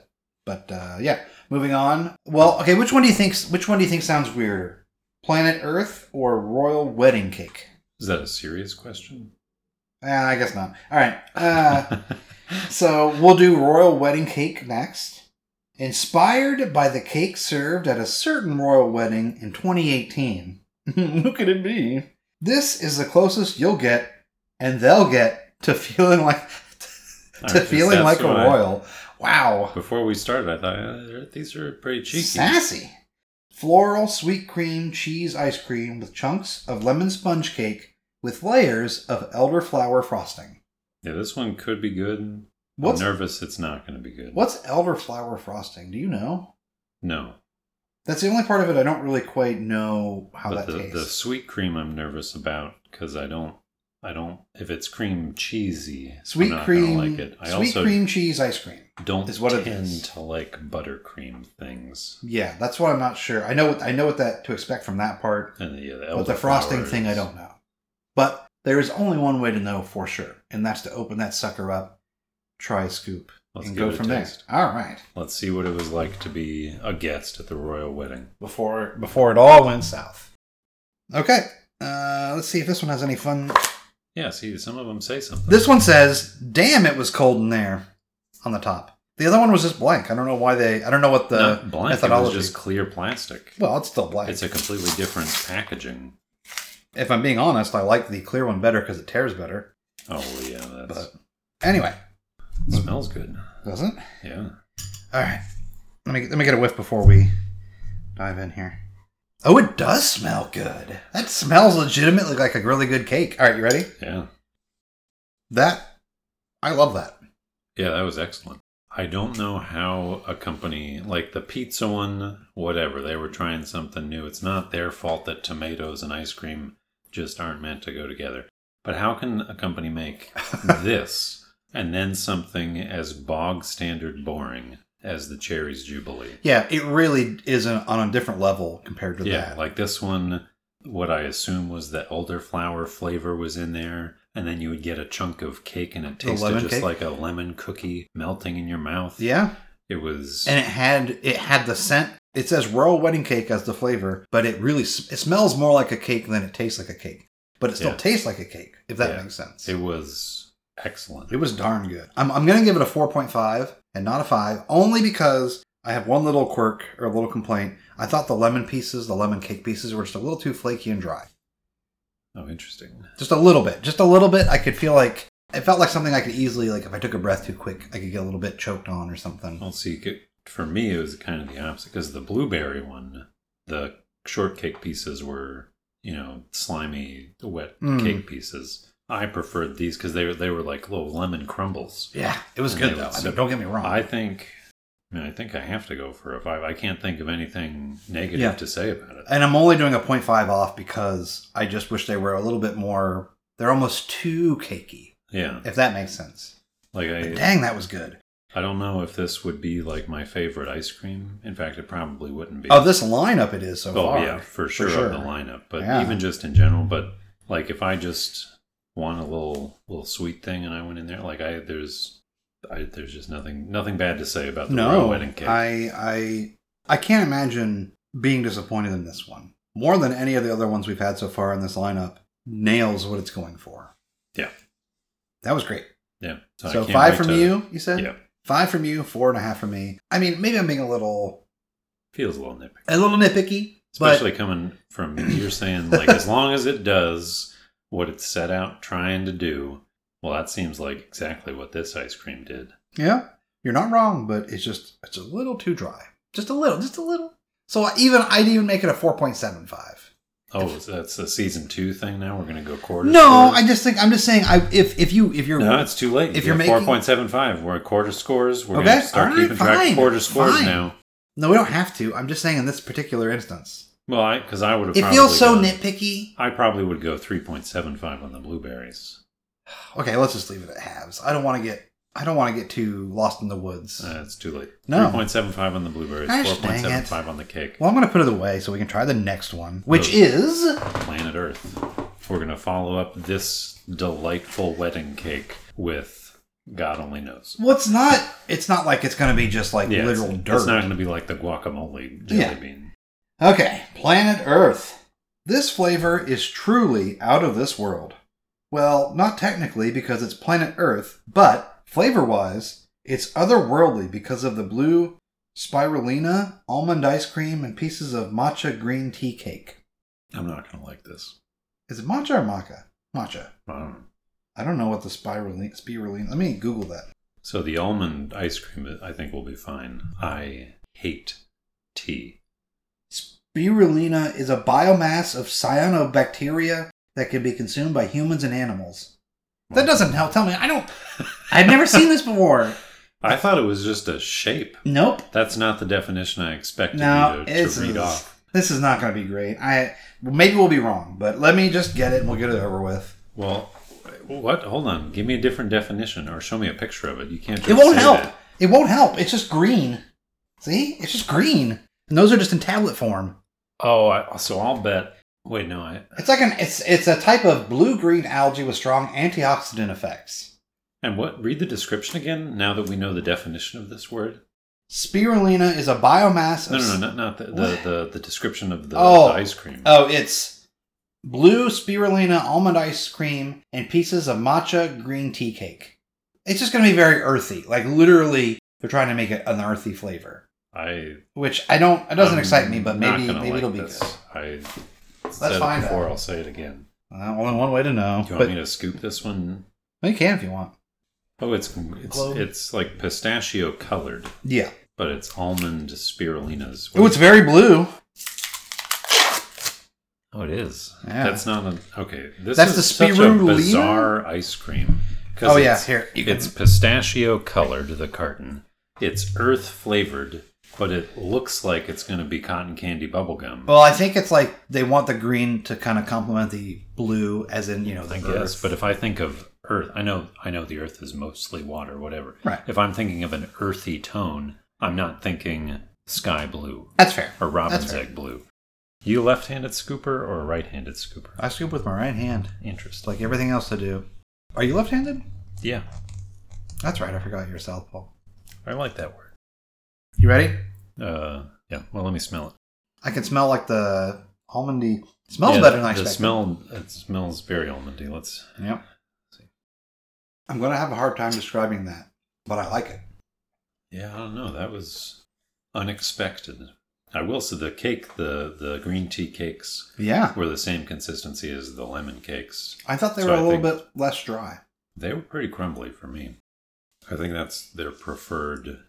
but uh, yeah. Moving on. Well, okay. Which one do you think? Which one do you think sounds weirder? Planet Earth or Royal Wedding Cake? is that a serious question? Ah, I guess not. All right. Uh, So we'll do royal wedding cake next. Inspired by the cake served at a certain royal wedding in <laughs> 2018. Who could it be? This is the closest you'll get, and they'll get to feeling like All to right, feeling that's like a what I- royal. Wow, <laughs> before we started, I thought uh, these are pretty cheeky. sassy! Floral sweet cream cheese ice cream with chunks of lemon sponge cake with layers of elderflower frosting. Yeah, this one could be good. What's I'm nervous it's not going to be good. what's elderflower frosting? Do you know? No. That's the only part of it I don't really quite know how but that the, the tastes. sweet cream I'm nervous about because I don't I don't. If it's cream cheesy, I'm Sweet not gonna cream, like it. I sweet also cream cheese ice cream. don't is what it tend is. to like buttercream things. Yeah, that's what I'm not sure. I know what I know what that to expect from that part, And the, yeah, the but the elderflower frosting thing I is- don't know. But there is only one way to know for sure, and that's to open that sucker up, try a scoop, Let's and give go it a from taste. there. All right. Let's see what it was like to be a guest at the royal wedding. Before before it all went south. Okay. Uh, let's see if this one has any fun. Yeah, see, some of them say something. This one says, "Damn, it was cold in there," on the top. The other one was just blank. I don't know why they. I don't know what the Not blank, uh, methodology. It was just clear plastic. well, it's still blank. It's a completely different packaging. if I'm being honest, I like the clear one better because it tears better. Oh yeah, that But anyway, smells good. does it? Yeah. All right. Let me let me get a whiff before we dive in here. Oh, it does smell good. That smells legitimately like a really good cake. All right, you ready? Yeah. That I love that. Yeah, that was excellent. I don't know how a company like the pizza one, whatever, they were trying something new. It's not their fault that tomatoes and ice cream just aren't meant to go together. But how can a company <laughs> make this and then something as bog standard boring as the Cherries Jubilee? Yeah, it really is an, on a different level compared to Yeah, that. like this one, what I assume was the elderflower flavor was in there, and then you would get a chunk of cake, and it The tasted lemon just cake? like a lemon cookie melting in your mouth. yeah, It was. and it had it had the scent. It says royal wedding cake as the flavor, but it really s- it smells more like a cake than it tastes like a cake. But it still Yeah. tastes like a cake, if that Yeah. makes sense. It was excellent. It was darn good. I'm, I'm going to give it a 4.5 and not a 5, only because I have one little quirk or a little complaint. I thought the lemon pieces, the lemon cake pieces, were just a little too flaky and dry. oh, interesting. Just a little bit. Just a little bit. I could feel like it felt like something I could easily, like if I took a breath too quick, I could get a little bit choked on or something. Well, see, c- for me, it was kind of the opposite because the blueberry one, the shortcake pieces were, you know, slimy, wet Mm. cake pieces. I preferred these because they were they were like little lemon crumbles. Yeah, it was And good they though. would I mean, sit- don't get me wrong. I think. I mean, I think I have to go for a five. I can't think of anything negative Yeah. to say about it. and I'm only doing a 0.5 off because I just wish they were a little bit more, they're almost too cakey, yeah, if that makes sense. like But I, dang, that was good. I don't know if this would be like my favorite ice cream. In fact, it probably wouldn't be. Of Oh, this lineup, it is so oh far. yeah, for sure, sure. of the lineup, but Yeah. even just in general. But like, if I just want a little little sweet thing, and I went in there, like I there's I, there's just nothing nothing bad to say about the royal wedding cake. I I I can't imagine being disappointed in this one more than any of the other ones we've had so far in this lineup. Nails what it's going for. Yeah. that was great. yeah, I so can't five wait from to- you, you said. Yeah, Five from you, four and a half from me. I mean, maybe I'm being a little feels a little nippy, a little nitpicky, but especially coming from you're saying like as long as it does what it's set out trying to do. Well, that seems like exactly what this ice cream did. yeah, you're not wrong. But it's just it's a little too dry. Just a little, just a little. So I- even I'd even make it a four point seven five. Oh, so that's a season two thing. Now we're gonna go quarter. No, I just think I'm just saying. I if if you if you're No, it's too late. If If you're you're making- four point seven five, we're at quarter scores. We're Okay, gonna start all right, keeping track fine, of quarter scores fine. now. No, we don't have to. I'm just saying in this particular instance. Well, I because I would have. It feels so gone, nitpicky. I probably would go three point seven five on the blueberries. Okay, let's just leave it at halves. I don't want to get I don't want to get too lost in the woods. Uh, it's too late. No. three point seven five on the blueberries. Gosh, Four point dang seven it. five on the cake. well, I'm going to put it away so we can try the next one, which Those- is Planet Earth. We're gonna follow up this delightful wedding cake with God only knows. well, it's not it's not like it's going to be just like Yeah, literal it's, dirt. it's not gonna be like the guacamole jelly Yeah. bean. Okay, Planet Earth. This flavor is truly out of this world. Well, not technically because it's Planet Earth, but flavor wise, it's otherworldly because of the blue spirulina, almond ice cream, and pieces of matcha green tea cake. I'm not gonna like this. Um, Is it matcha or maca? Matcha. I don't know. I don't know what the spirulina, spirulina. Let me Google that. So the almond ice cream, I think, will be fine. I hate tea. Spirulina is a biomass of cyanobacteria that can be consumed by humans and animals. That doesn't help. Tell me, I don't. <laughs> I've never seen this before. I thought it was just a shape. Nope. That's not the definition I expected No, you to, this to read is, off. this is not going to be great. I well, maybe we'll be wrong, but let me just get it and we'll get it over with. Well, What? Hold on. Give me a different definition or show me a picture of it. You can't just It won't say help. that. It won't help. It's just green. See? It's just green. And those are just in tablet form. Oh, I, so I'll bet. Wait, no. I, It's like an it's it's a type of blue green algae with strong antioxidant effects. and what? Read the description again now that we know the definition of this word. Spirulina is a biomass of No, no, no. s- Not, not the, the, the, the description of the, Oh. the ice cream. Oh, it's blue spirulina almond ice cream and pieces of matcha green tea cake. It's just going to be very earthy. Like literally, they're trying to make it an earthy flavor, I. which I don't. It doesn't I'm excite me, but not maybe gonna maybe like it'll be this. good. I Let's said find it before. out. I'll say it again. Uh, only one way to know. Do you want but me to scoop this one? you can if you want. Oh, it's it's Clove? it's like pistachio colored, Yeah. but it's almond spirulinas. Oh, it's very blue. Oh, it is. Yeah. That's not a okay. This That's is the such a spirulina? bizarre ice cream. 'Cause Oh yeah, it's, here. you can- it's pistachio colored. The carton. It's earth flavored, but it looks like it's going to be cotton candy bubblegum. well, I think it's like they want the green to kind of complement the blue, as in you know the I earth. guess. But if I think of Earth, I know I know the Earth is mostly water, whatever. Right. If I'm thinking of an earthy tone, I'm not thinking sky blue that's fair. or robin's That's fair. egg blue. You left-handed scooper or a right-handed scooper? I scoop with my right hand, It's Interesting. like everything else I do. Are you left-handed? Yeah, That's right. I forgot you're southpaw. I like that word. You ready? Uh, yeah. Well, let me smell it. I can smell like the almondy. It smells Yeah, better than I the expected. smell. It smells very almondy. Let's. Yep. I'm gonna have a hard time describing that, but I like it. Yeah, I don't know. That was unexpected. I will say the cake, the the green tea cakes, Yeah, were the same consistency as the lemon cakes. I thought they So were I a little think- bit less dry. They were pretty crumbly for me. I think that's their preferred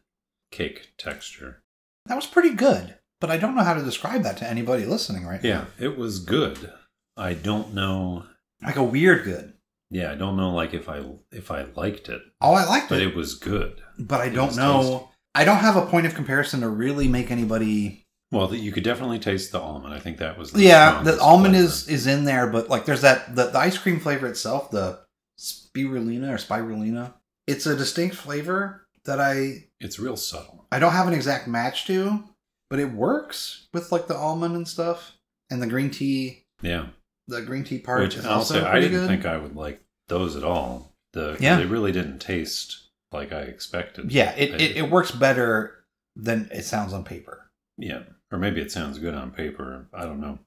cake texture. That was pretty good, but I don't know how to describe that to anybody listening right Yeah, it was good. I don't know. now. Like a weird good. Yeah, I don't know. Like if I if I liked it, Oh, I liked but it, it was good. but I it don't was know. tasty. I don't have a point of comparison to really make anybody. Well, the, you could definitely taste the almond. I think that was the Yeah, the strongest almond flavor. is is in there, but like there's that the, the ice cream flavor itself, the spirulina or spirulina. It's a distinct flavor that I It's real subtle. I don't have an exact match to, but it works with like the almond and stuff and the green tea. Yeah, The green tea part which is I'll also say I pretty didn't good. think I would like those at all. The Yeah. they really didn't taste like I expected. yeah, it, I- it it works better than it sounds on paper. Yeah, or maybe it sounds good on paper. I don't know.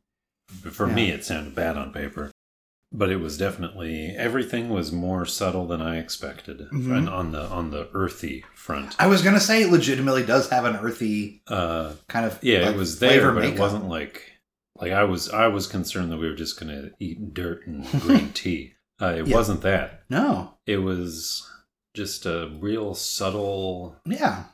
But For Yeah. me, it sounded bad on paper, but it was definitely everything was more subtle than I expected, Mhm. and on the on the earthy front. I was gonna say it legitimately does have an earthy Uh, kind of yeah, like, it was there, but makeup. it wasn't like like I was I was concerned that we were just gonna eat dirt and <laughs> green tea. Uh, it Yeah. wasn't that. no It was just a real subtle, yeah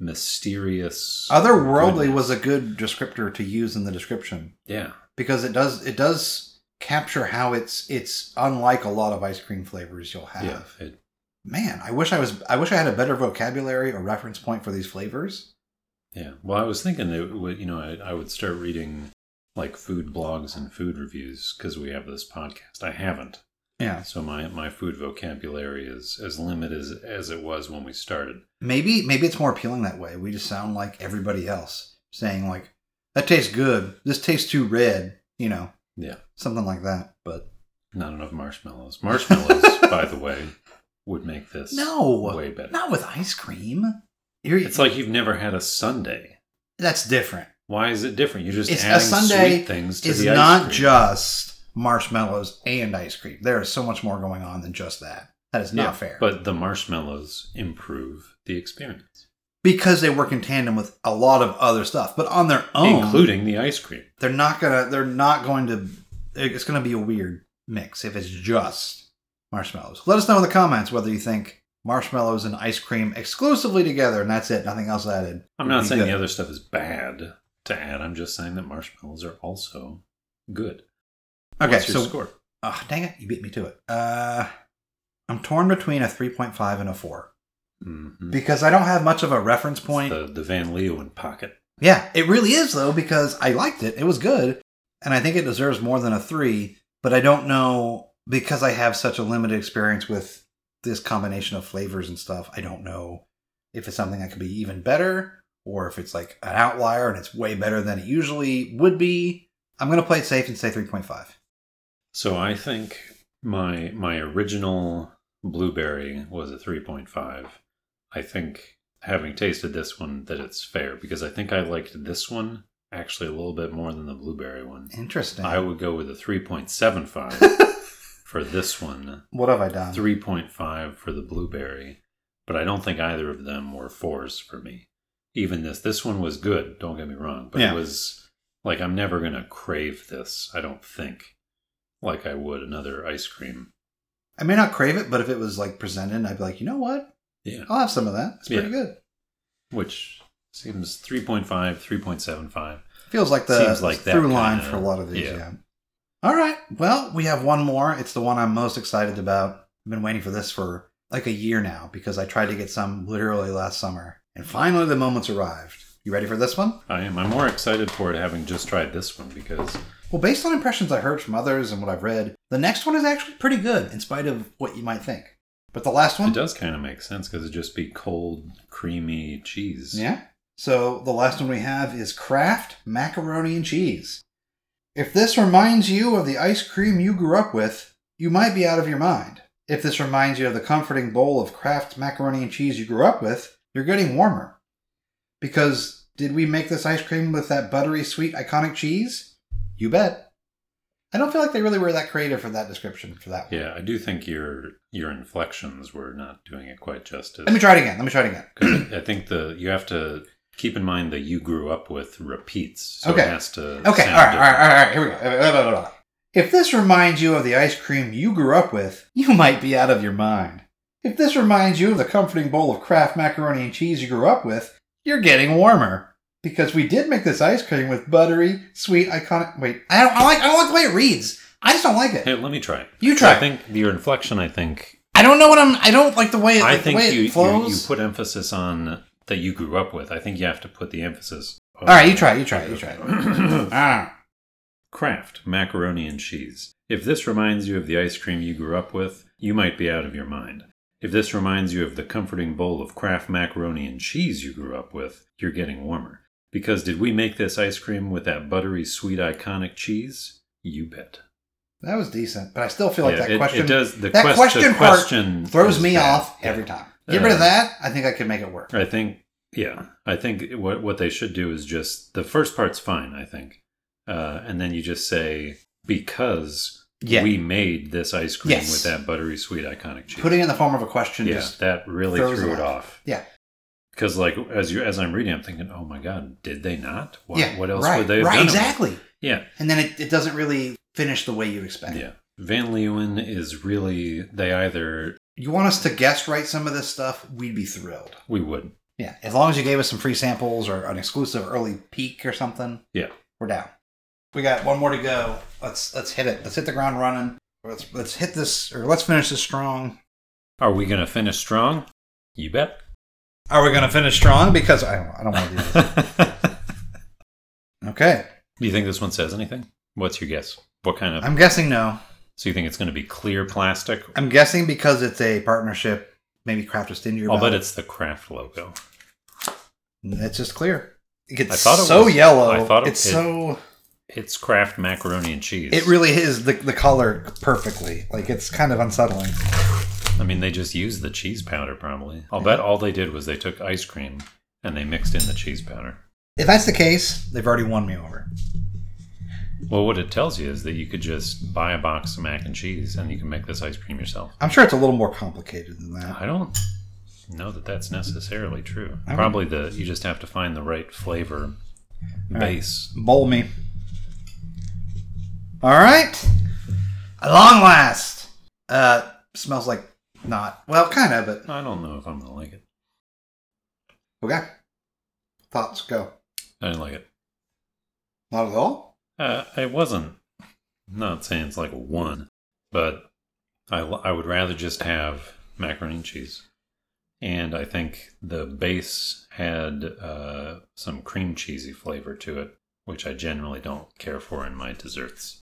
mysterious. otherworldly was a goodness. good descriptor to use in the description yeah. because it does it does capture how it's it's unlike a lot of ice cream flavors you'll have. Yeah, it Man, I wish I was I wish I had a better vocabulary or reference point for these flavors. Yeah. Well, I was thinking that would- you know I, I would start reading like food blogs and food reviews because we have this podcast. I haven't, Yeah. so my my food vocabulary is as limited as as it was when we started. Maybe maybe it's more appealing that way. We just sound like everybody else saying like that tastes good. This tastes too red, you know. Yeah. Something like that. But Not enough marshmallows. <laughs> Marshmallows, by the way, would make this No. way better. not with ice cream. You're, It's like you've never had a sundae. that's different. Why is it different? You're just It's- a adding sundae sweet things to It's the ice not cream. just marshmallows and ice cream. There is so much more going on than just that. That is not Yeah, fair. But the marshmallows improve the experience, because they work in tandem with a lot of other stuff. But on their own, including the ice cream. they're not gonna. They're not going to. It's gonna be a weird mix if it's just marshmallows. Let us know in the comments whether you think marshmallows and ice cream exclusively together, and that's it. Nothing else added. I'm not would be saying good. the other stuff is bad to add. I'm just saying that marshmallows are also good. Okay, What's your so score? ah, dang it, you beat me to it. Uh, I'm torn between a 3.5 and a 4 Mhm. Mm. because I don't have much of a reference point. The, the Van Leeuwen pocket. Yeah, it really is though because I liked it. It was good, and I think it deserves more than a three. But I don't know because I have such a limited experience with this combination of flavors and stuff, I don't know if it's something that could be even better or if it's like an outlier and it's way better than it usually would be. I'm going to play it safe and say 3.5. So I think my my original blueberry was a 3.5. I think having tasted this one that it's fair because I think I liked this one actually a little bit more than the blueberry one. Interesting. <laughs> I would go with a 3.75 for this one, what have I done? 3.5 for the blueberry, but I don't think either of them were fours for me. Even this this one was good, don't get me wrong, but Yeah. it was like I'm never going to crave this, I don't think, like I would another ice cream. I may not crave it, but if it was like presented, I'd be like, you know what? Yeah. I'll have some of that. It's pretty Yeah. good. Which seems 3.5, 3.75. Feels like the Seems like that through line kinda- for a lot of these. yeah. Yeah. All right. Well, we have one more. It's the one I'm most excited about. I've been waiting for this for like a year now because I tried to get some literally last summer, and finally the moment's arrived. You ready for this one? I am. I'm more excited for it having just tried this one because Well, based on impressions I heard from others and what I've read, the next one is actually pretty good in spite of what you might think. But the last one, it does kind of make sense because it'd just be cold, creamy cheese. Yeah. So the last one we have is Kraft macaroni and cheese. If this reminds you of the ice cream you grew up with, you might be out of your mind. If this reminds you of the comforting bowl of Kraft macaroni and cheese you grew up with, you're getting warmer. Because did we make this ice cream with that buttery, sweet, iconic cheese? You bet. I don't feel like they really were that creative for that description for that one. Yeah, I do think your your inflections were not doing it quite justice. Let me try it again. Let me try it again. 'Cause I think the you have to keep in mind that you grew up with repeats, so Okay. it has to. Okay, all sound right, all right, different. all right, here we go. Blah, blah, blah, blah. If this reminds you of the ice cream you grew up with, you <laughs> might be out of your mind. If this reminds you of the comforting bowl of Kraft macaroni and cheese you grew up with, you're getting warmer. Because we did make this ice cream with buttery, sweet, iconic. Wait, I don't, I like, I don't like the way it reads. I just don't like it. Hey, let me try. it. You try. I think your inflection. I think. I don't know what I'm. I don't like the way. It, I like think the way you, it you flows. you put emphasis on that you grew up with. I think you have to put the emphasis. All All right, you try. it, You try. it, You try. it. <clears throat> Ah, Kraft macaroni and cheese. If this reminds you of the ice cream you grew up with, you might be out of your mind. If this reminds you of the comforting bowl of Kraft macaroni and cheese you grew up with, you're getting warmer. Because did we make this ice cream with that buttery, sweet, iconic cheese? You bet. that was decent, but I still feel like Yeah, that it- it question. does- the that quest- the question, part question throws is me bad. off every time. Yeah. Get rid Uh, of that. I think I could make it work. I think, yeah, I think what what they should do is just the first part's fine. I think, uh, and then you just say because Yeah. we made this ice cream Yes. with that buttery, sweet, iconic cheese. Putting it in the form of a question yeah, just that really throws threw it it off. Yeah. Because like as you as I'm reading, I'm thinking, oh my god, did they not? What, yeah. what else right, would they have right, done? it with? exactly. Yeah, And then it, it doesn't really finish the way you'd expect. yeah. Van Leeuwen is really they either You want us to guess right some of this stuff? We'd be thrilled. we would Yeah, as long as you gave us some free samples or an exclusive early peek or something. Yeah. we're down. We got one more to go. Let's let's hit it. Let's hit the ground running. Let's let's hit this or let's finish this strong. are we gonna finish strong? You bet. <laughs> Are we gonna finish strong? Because I don't, I don't want to do this. <laughs> Okay, Do you think this one says anything? What's your guess? What kind of? I'm guessing no. so you think it's going to be clear plastic? I'm guessing because it's a partnership. Maybe Kraft was stingy. I'll about bet it. it's the Kraft logo. It's just clear. It Mm. I gets thought it so was- yellow. I thought it- it's it- so. It's Kraft macaroni and cheese. It really is the the color perfectly. Like it's kind of unsettling. I mean, they just used the cheese powder probably. I'll bet all they did was they took ice cream and they mixed in the cheese powder. If that's the case, they've already won me over. Well, what it tells you is that you could just buy a box of mac and cheese and you can make this ice cream yourself. I'm sure it's a little more complicated than that. I don't know that that's necessarily true. I would- Probably the you just have to find the right flavor right. base. Bowl me. All right. A long last. Uh, smells like not well, kind of, but I don't know if I'm gonna like it. okay. Thoughts go. I didn't like it. Not at all. Uh, it wasn't. Not saying it's like a one, but I l- I would rather just have macaroni and cheese, and I think the base had uh, some cream cheesy flavor to it, which I generally don't care for in my desserts.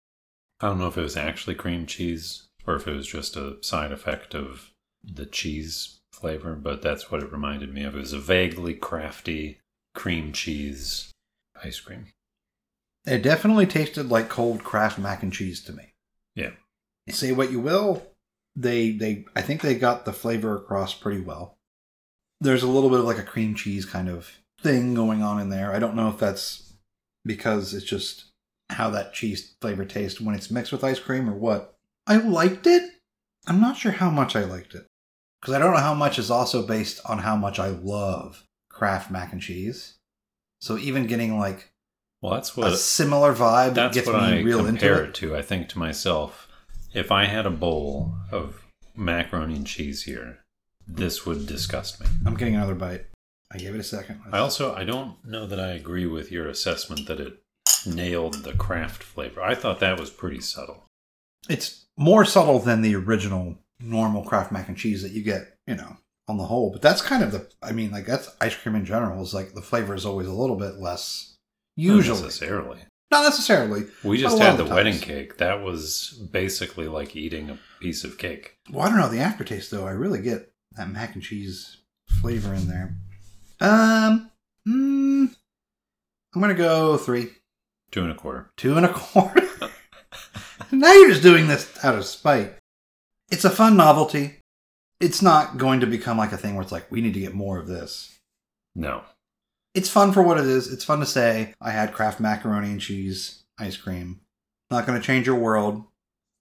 I don't know if it was actually cream cheese or if it was just a side effect of the cheese flavor, but that's what it reminded me of. It was a vaguely crafty cream cheese ice cream. It definitely tasted like cold Kraft mac and cheese to me. Yeah. Say what you will, they they I think they got the flavor across pretty well. There's a little bit of like a cream cheese kind of thing going on in there. I don't know if that's because it's just how that cheese flavor tastes when it's mixed with ice cream or what. I liked it. I'm not sure how much I liked it. Because I don't know how much is also based on how much I love Kraft mac and cheese. So even getting like Well, that's a what similar vibe that that's gets what me I real into compare it. it to. I think to myself, if I had a bowl of macaroni and cheese here, this would disgust me. I'm getting another bite. I gave it a second. I also I don't know that I agree with your assessment that it nailed the craft flavor. I thought that was pretty subtle. it's more subtle than the original normal Kraft mac and cheese that you get, you know, on the whole. But that's kind of the, I mean, like that's ice cream in general. Is like the flavor is always a little bit less, Not usually, necessarily. not necessarily. We just lot had of the times. wedding cake. That was basically like eating a piece of cake. Well, I don't know the aftertaste though. I really get that mac and cheese flavor in there. Um, mm, I'm gonna go three, Two and a quarter. two and a quarter. <laughs> now you're just doing this out of spite. It's a fun novelty. It's not going to become like a thing where it's like we need to get more of this. No. it's fun for what it is. It's fun to say I had Kraft macaroni and cheese ice cream. Not going to change your world,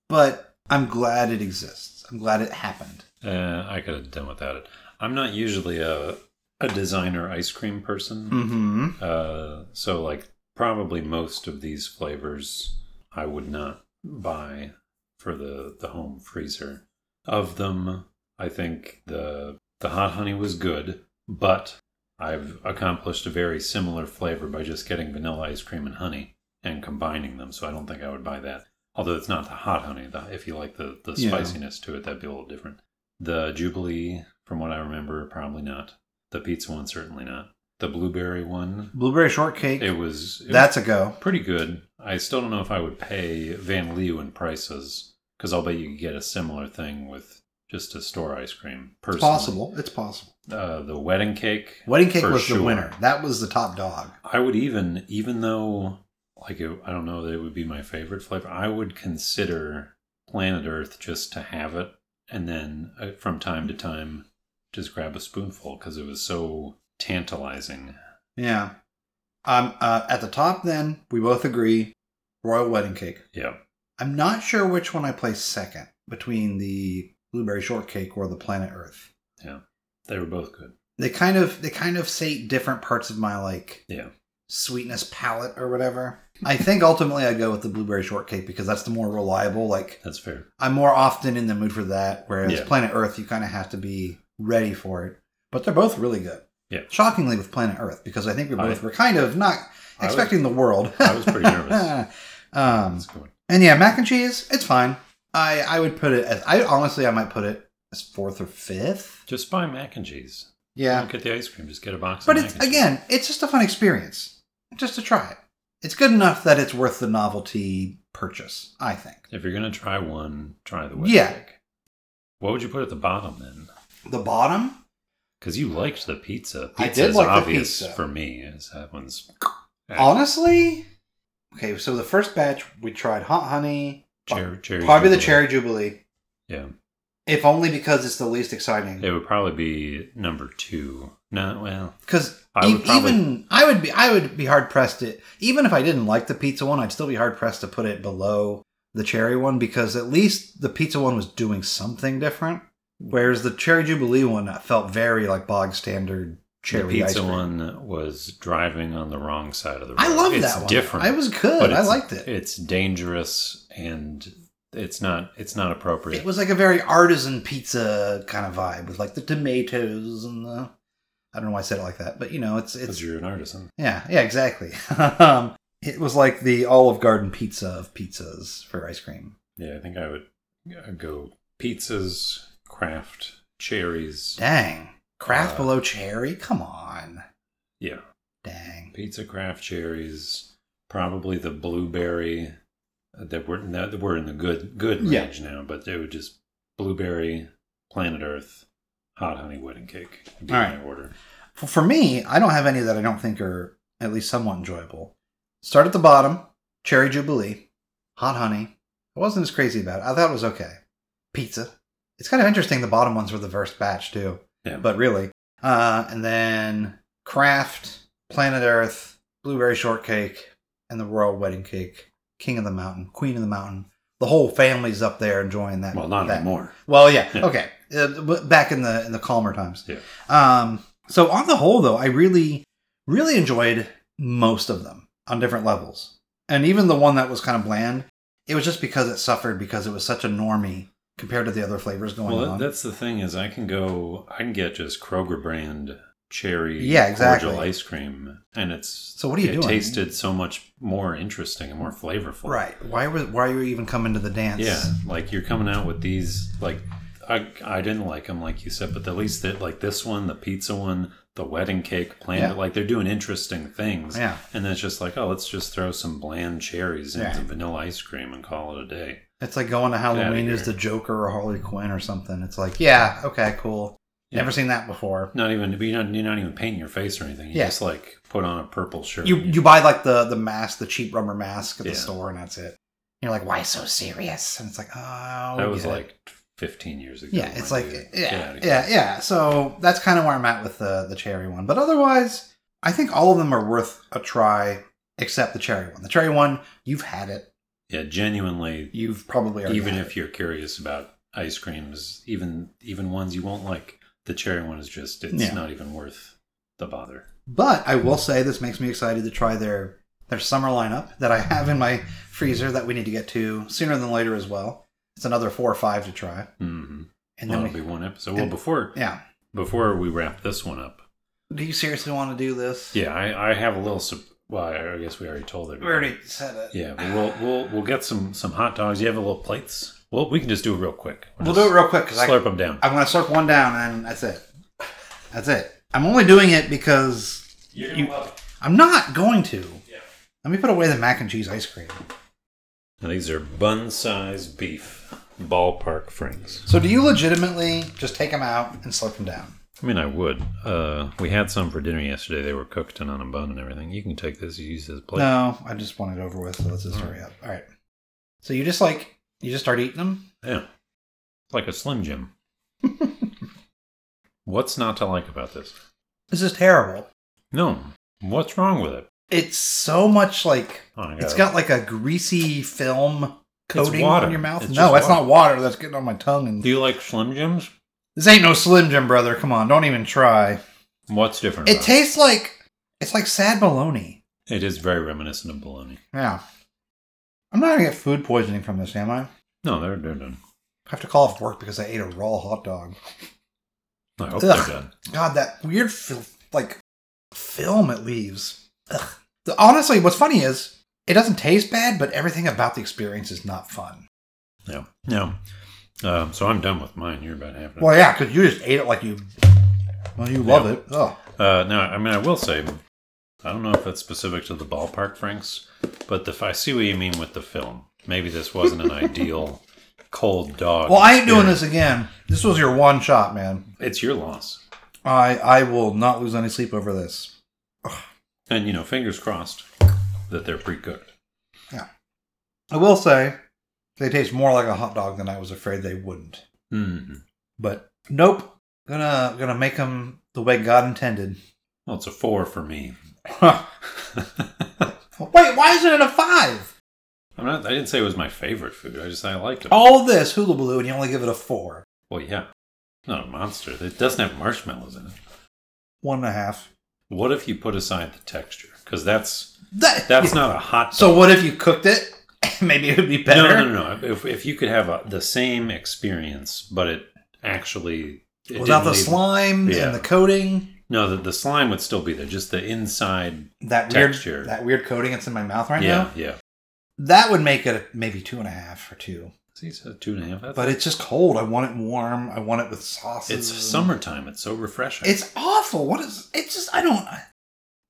but I'm glad it exists. I'm glad it happened. Uh, I could have done without it. I'm not usually a, a designer ice cream person. Mm-hmm. Uh, so, like, probably most of these flavors I would not buy for the, the home freezer. Of them, I think the the hot honey was good, but I've accomplished a very similar flavor by just getting vanilla ice cream and honey and combining them. So I don't think I would buy that. Although it's not the hot honey. The, if you like the, the Yeah. spiciness to it, that'd be a little different. The Jubilee, from what I remember, probably not. The pizza one, certainly not. The blueberry one, Blueberry shortcake. it was it that's a go. was pretty good. I still don't know if I would pay Van Leeuwen prices because I'll bet you could get a similar thing with just a store ice cream. It's Personally, possible. It's possible. Uh, the wedding cake, Wedding cake For was sure. the winner. That was the top dog. I would even, even though, like, it, I don't know that it would be my favorite flavor, I would consider Planet Earth just to have it and then uh, from time to time just grab a spoonful because it was so tantalizing. Yeah. Um. Uh, at the top, then we both agree. Royal wedding cake. Yeah. I'm not sure which one I place second between the blueberry shortcake or the planet Earth. They were both good. they kind of they kind of say different parts of my like Yeah. sweetness palette or whatever. I think ultimately I go with the blueberry shortcake because that's the more reliable. Like That's fair. I'm more often in the mood for that, whereas Yeah. Planet Earth you kind of have to be ready for it. But they're both really good. Yeah. Shockingly with Planet Earth because I think we I- both were kind of not I was- expecting the world. I was pretty nervous. <laughs> um, That's a good one. and yeah, mac and cheese, it's fine. I I would put it as I honestly I might put it as fourth or fifth. Just buy mac and cheese. Yeah. Don't get the ice cream. Just get a box. But of it's mac and again, it's just a fun experience, just to try it. It's good enough that it's worth the novelty purchase, I think. cheese. if you're gonna try one, try the wedding Yeah. cake. What would you put at the bottom then? The bottom, Because you liked the pizza. Pizza I did is like the obvious pizza. for me. Is that one's honestly, okay. So the first batch we tried hot honey, cherry? cherry probably the jubilee. cherry jubilee, Yeah, if only because it's the least exciting. it would probably be number two. No, well, Because I would probably- e- even I would be I would be hard pressed to even if I didn't like the pizza one, I'd still be hard pressed to put it below the cherry one because at least the pizza one was doing something different. Whereas the cherry jubilee one felt very like bog standard the cherry ice pizza cream. one was driving on the wrong side of the road. I love it's that one. Different. I was good. I it's- liked it. it. It's dangerous and it's not. It's not appropriate. was like a very artisan pizza kind of vibe with like the tomatoes and the I don't know why I said it like that, but you know, it's it's because you're an artisan. Yeah, yeah, exactly. <laughs> um, it was like the Olive Garden pizza of pizzas for ice cream. Yeah, I think I would uh, go pizzas, craft, cherries. Dang. Craft Uh, below cherry? Come on. Yeah, Dang. pizza, craft, cherries. Probably the blueberry uh, that we're that we're in the good good Yeah. range now, but it would just blueberry, planet Earth, hot honey wedding cake. would Be All my right. order. For, for me, I don't have any that I don't think are at least somewhat enjoyable. Start at the bottom Cherry Jubilee, Hot Honey. I wasn't as crazy about it. I thought it was okay. Pizza. It's kind of interesting the bottom ones were the first batch, too. Yeah. But really. Uh, and then Kraft, Planet Earth, Blueberry Shortcake, and the Royal Wedding Cake, King of the Mountain, Queen of the Mountain. The whole family's up there enjoying that. Well, not that anymore. well, yeah, Yeah. okay. Uh, w- back in the in the calmer times. Yeah. Um. So on the whole, though, I really, really enjoyed most of them on different levels, and even the one that was kind of bland, it was just because it suffered because it was such a normie compared to the other flavors going Well, that, on. that's the thing is I can go, I can get just Kroger brand cherry Yeah, exactly. cordial ice cream, and it's So what are you it doing? tasted so much more interesting and more flavorful. right. Why was why were you even coming to the dance? Yeah, like you're coming out with these like I I didn't like them like you said, but at least that like this one, the pizza one, the wedding cake planet, Yeah. like they're doing interesting things. Yeah. And then it's just like, oh, let's just throw some bland cherries into Yeah. vanilla ice cream and call it a day. It's like going to outta Halloween as here. the Joker or Harley Quinn or something. It's like, yeah, okay, cool. Yeah. Never seen that before. Not even you're not, you're not even painting your face or anything. You Yeah. just like put on a purple shirt. You and you buy like the the mask, the cheap rubber mask at the Yeah. store, and that's it. And you're like, why so serious? And it's like, oh, that we was get it. like 15 years ago. yeah, it's my like, dude. Get yeah, outta here. yeah, yeah. So that's kind of where I'm at with the the cherry one. But otherwise, I think all of them are worth a try, except the cherry one. The cherry one, you've had it. yeah, genuinely. You've probably already even had if you're curious about ice creams, even even ones you won't like, the cherry one is just it's Yeah. not even worth the bother. But I will say this makes me excited to try their their summer lineup that I have in my freezer that we need to get to sooner than later as well. It's another four or five to try, hmm and well, then it'll we, be one episode. Well, and- before yeah. before we wrap this one up, Do you seriously want to do this? yeah, I, I have a little. sup- Well, I I guess we already told it. We already said it. Yeah, but we'll we'll we'll get some some hot dogs. You have a little plates. Well, we can just do it real quick. We'll do it real quick because Slurp I'm them down. going to slurp one down and that's it. That's it. I'm only doing it because You're gonna you- I'm not going to. Let me put away the mac and cheese ice cream. Now, these are bun-sized beef ballpark frings. So, do you legitimately just take them out and slurp them down? I mean, I would. Uh, we had some for dinner yesterday. They were cooked and on a bun and everything. You can take this, you use this plate. No, I just want it over with. So let's just hurry up. All right. So you just like you just start eating them. Yeah. It's like a Slim <laughs> Jim. What's not to like about this? This is terrible. No. What's wrong with it? It's so much like Oh, I It's got like a greasy film coating water. on your mouth. It's no, just that's water. not water. That's getting on my tongue. And Do you like Slim Jims? this ain't no Slim Jim, brother. Come on, don't even try. What's different? It about tastes like it's like sad bologna. it? It is very reminiscent of bologna. Yeah, I'm not gonna get food poisoning from this, am I? I No, they're, they're done. have to call off work because I ate a raw hot dog. I hope Ugh. they're done. God, that weird fil- like film it leaves. Ugh. The- honestly, what's funny is it doesn't taste bad, but everything about the experience is not fun. No. No. Um, so I'm done with mine. You're about half. done. Well, yeah, because you just ate it like you. Well, you love it. Oh, Uh, no, I mean, I will say, I don't know if it's specific to the ballpark, Franks, but the, I see what you mean with the film. Maybe this wasn't an ideal cold dog. Well, I ain't doing experience. this again. This was your one shot, man. It's your loss. I I will not lose any sleep over this. And, you know, fingers crossed that they're pre cooked. I will say they taste more like a hot dog than I was afraid they wouldn't. Mm. But nope, gonna gonna make them the way <laughs> God intended. Well, it's a four for me. <laughs> Wait, why isn't it a five? I'm not, I didn't say it was my favorite food. I just I liked it. All this hula baloo, and you only give it a four, Well, yeah. Not a monster. It doesn't have marshmallows in it. one and a half. What if you put aside the texture? Because that's That, that's <laughs> not a hot dog. So what if you cooked it? <laughs> Maybe it would be better. No, no, no. no. If, if you could have a, the same experience, but it actually it Without didn't the leave- slime Yeah. and the coating, No, the, the slime would still be there. Just the inside. that Texture. weird that weird coating that's in my mouth right now. yeah, yeah. That would make it maybe two and a half or two. See, it's a two and a half. That's, But it's just cold. I want it warm. I want it with sauces. it's summertime. It's so refreshing. It's awful. What is? It's just I don't.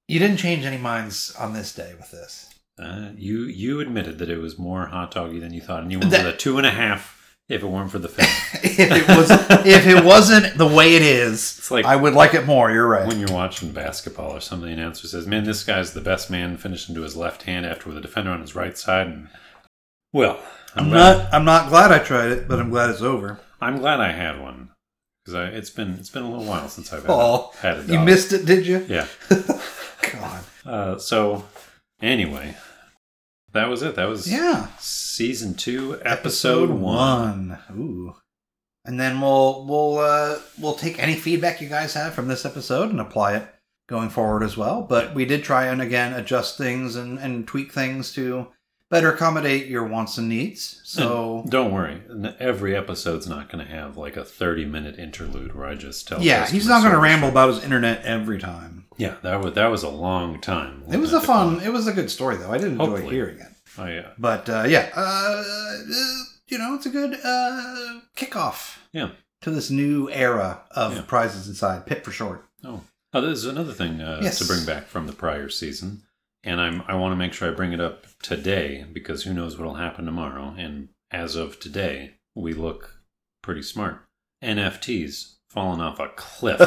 You didn't change any minds on this <laughs> day with this. Uh, you you admitted that it was more hot doggy than you thought, and you went That- with a two and a half if it weren't for the film. <laughs> if it <laughs> was if it wasn't the way it is, It's like I would like it more. You're right. when you're watching basketball or something, the announcer says, "Man, this guy's the best man." Finishing to his left hand after with a defender on his right side, and well, I'm not. I'm not glad I tried it, but I'm glad it's over. I'm glad I had one because it's been it's been a little while since I've had, Oh, had a You dog. missed it, did you? Yeah. God. Uh, so anyway, that was it. That was Yeah. season two, episode, one. one. Ooh. And then we'll we'll uh, we'll take any feedback you guys have from this episode and apply it going forward as well. But we did try and again adjust things and, and tweak things to better accommodate your wants and needs. So Don't worry, n- every episode's not going to have like a thirty-minute interlude where I just tell. yeah, he's not going to ramble about his internet every time. Yeah, that was that was a long time. It was a fun. It was a good story though. I did enjoy Hopefully. hearing it. Oh yeah, But uh, yeah, uh, uh, you know, it's a good uh, kickoff. Yeah. To this new era of Yeah. prizes inside pit for short. Oh, there's another thing uh, Yes. to bring back from the prior season, and I'm I want to make sure I bring it up today because who knows what'll happen tomorrow. And as of today, we look pretty smart. NFTs fallen off a <laughs> cliff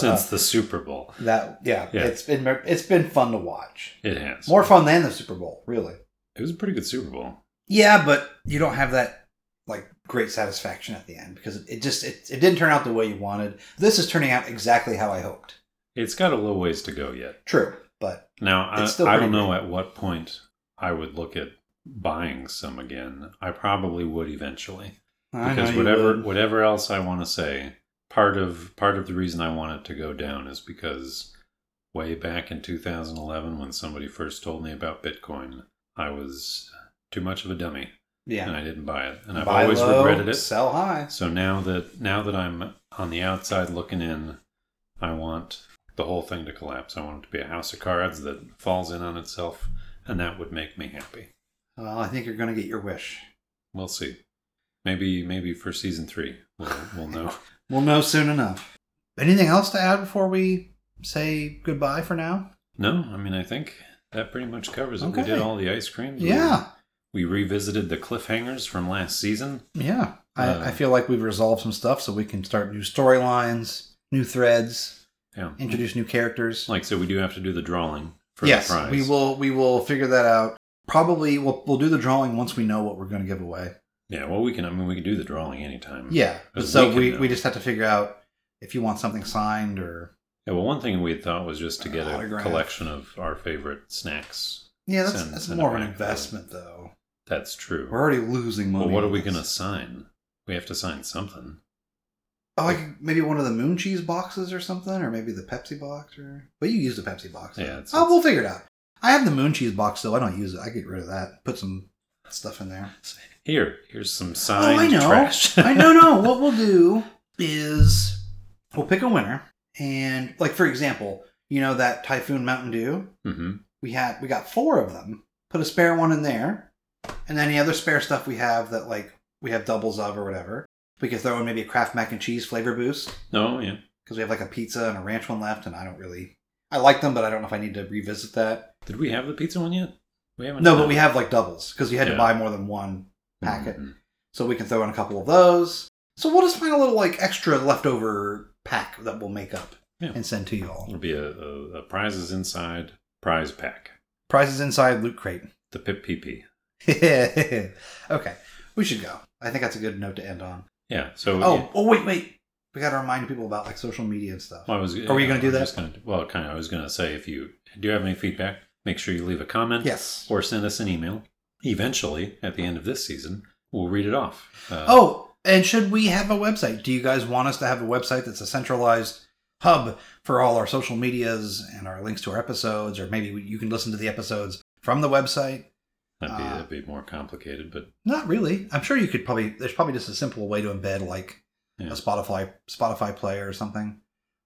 since the Super Bowl. Uh, That yeah, Yeah. it's been it's been fun to watch. It has. More fun than the Super Bowl, really. It was a pretty good Super Bowl. Yeah, but you don't have that like great satisfaction at the end because it, it just it, it didn't turn out the way you wanted. This is turning out exactly how I hoped. It's got a little ways to go yet. True, but Now I, It's still I don't pretty know good. at what point I would look at buying some again. I probably would eventually. I know because you whatever would. whatever else I want to say, part of part of the reason I want it to go down is because way back in 2011 when somebody first told me about Bitcoin, I was too much of a dummy yeah, and I didn't buy it, and I've Buy always low, regretted it. Sell high. So now that now that I'm on the outside looking in, I want the whole thing to collapse. I want it to be a house of cards that falls in on itself, and that would make me happy. Well, I think you're gonna get your wish. We'll see. Maybe maybe for season three, we'll, we'll know. We'll know soon enough. Anything else to add before we say goodbye for now? No, I mean I think that pretty much covers it. We Okay. did all the ice cream. We- Yeah, We, revisited the cliffhangers from last season. yeah. I, Uh, I feel like we've resolved some stuff, so we can start new storylines, new threads, Yeah. introduce new characters. Like so we do have to do the drawing for yes, the prize. we will. We will figure that out. Probably, we'll we'll do the drawing once we know what we're going to give away. Yeah, well we can I mean we can do the drawing anytime. Yeah. As we So can Hmm. we, know. we just have to figure out if you want something signed or Yeah, well one thing we had thought was just to get a Autograph. collection of our favorite snacks. yeah. That's Send- that's send it more of an back. investment though. That's true. We're already losing money. well what are on we this. gonna sign? We have to sign something. Oh, like maybe one of the moon cheese boxes or something, or maybe the Pepsi box, or but you used the Pepsi box. Yeah, it's, oh, we'll figure it out. I have the moon cheese box though. I don't use it. I get rid of that. Put some stuff in there. here, here's some signed oh, I know. trash. I know. No, what we'll do is we'll pick a winner, and like for example, you know that Typhoon Mountain Dew. <laughs> mm-hmm. We had we got four of them. Put a spare one in there, and any other spare stuff we have that like we have doubles of or whatever. We could throw in maybe a Kraft mac and cheese flavor boost Oh yeah. because we have like a pizza and a ranch one left, and I don't really. I like them, but I don't know if I need to revisit that. Did we have the pizza one yet? We haven't No, but we have like doubles because you had to Yeah. buy more than one packet, Mhm. so we can throw in a couple of those. So we'll just find a little like extra leftover pack that we'll make up Yeah. and send to you all. It'll be a, a, a prizes inside prize pack. Prizes inside loot crate. <laughs> The Pip PP. okay, we should go. I think that's a good note to end on. Yeah. So Oh, yeah. oh, wait, wait. We got to remind people about like social media and stuff. Well, I was, Are we gonna do I'm that? just Gonna, well, kind of. I was gonna say if you do have any feedback, make sure you leave a comment Yes. or send us an email. Eventually, at the end of this season, we'll read it off. Uh, Oh, and should we have a website? Do you guys want us to have a website that's a centralized hub for all our social medias and our links to our episodes, or maybe you can listen to the episodes from the website? that'd be, uh, that'd be more complicated, but Not really. I'm sure you could probably. There's probably just a simple way to embed like Yeah. a Spotify Spotify player or something.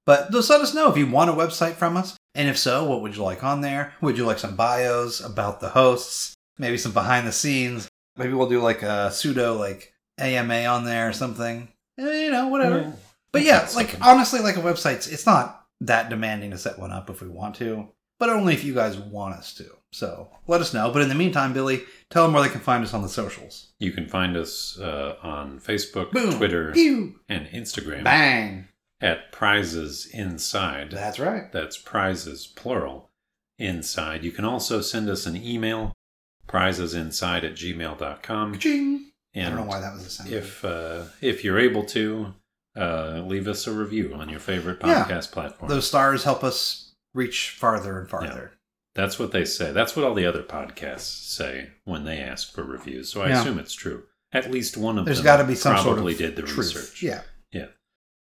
But just let us know if you want a website from us, and if so, what would you like on there? Would you like some bios about the hosts? Maybe some behind the scenes. Maybe we'll do like a pseudo like AMA on there or something. Eh, You know, whatever. Yeah. But Okay, yeah, that's like something. honestly, like a website's it's not that demanding to set one up if we want to, but only if you guys want us to. So let us know. But in the meantime, Billy, tell them where they can find us on the socials. You can find us uh, on Facebook, Boom. Twitter, Pew. and Instagram Bang. at Prizes Inside. That's right. That's prizes, plural, inside. You can also send us an email, prizesinside at gmail.com. Ka-ching. I don't know And why that was a sound. if, uh, if you're able to, uh, leave us a review on your favorite Yeah. podcast platform. those stars help us reach farther and farther. That's what they say. That's what all the other podcasts say when they ask for reviews. So I Yeah. assume it's true. At least one of There's them got to be some sort probably of did the truth. research. Yeah.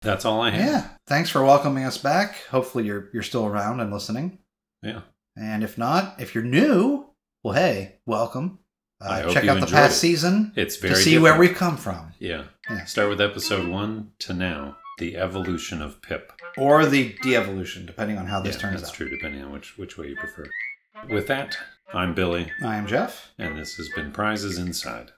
That's all I have. Yeah. Thanks for welcoming us back. Hopefully you're you're still around and listening. Yeah. And if not, if you're new, well, hey, welcome. Uh, I hope check you out the enjoyed past it. season It's very to see where different. we've come from, Yeah. Yeah. Start with episode one to now, the evolution of Pip. or the de-evolution, depending on how this Yeah, turns that's out. true, depending on which which way you prefer. With that, I'm Billy, I am Jeff. and this has been Prizes Inside.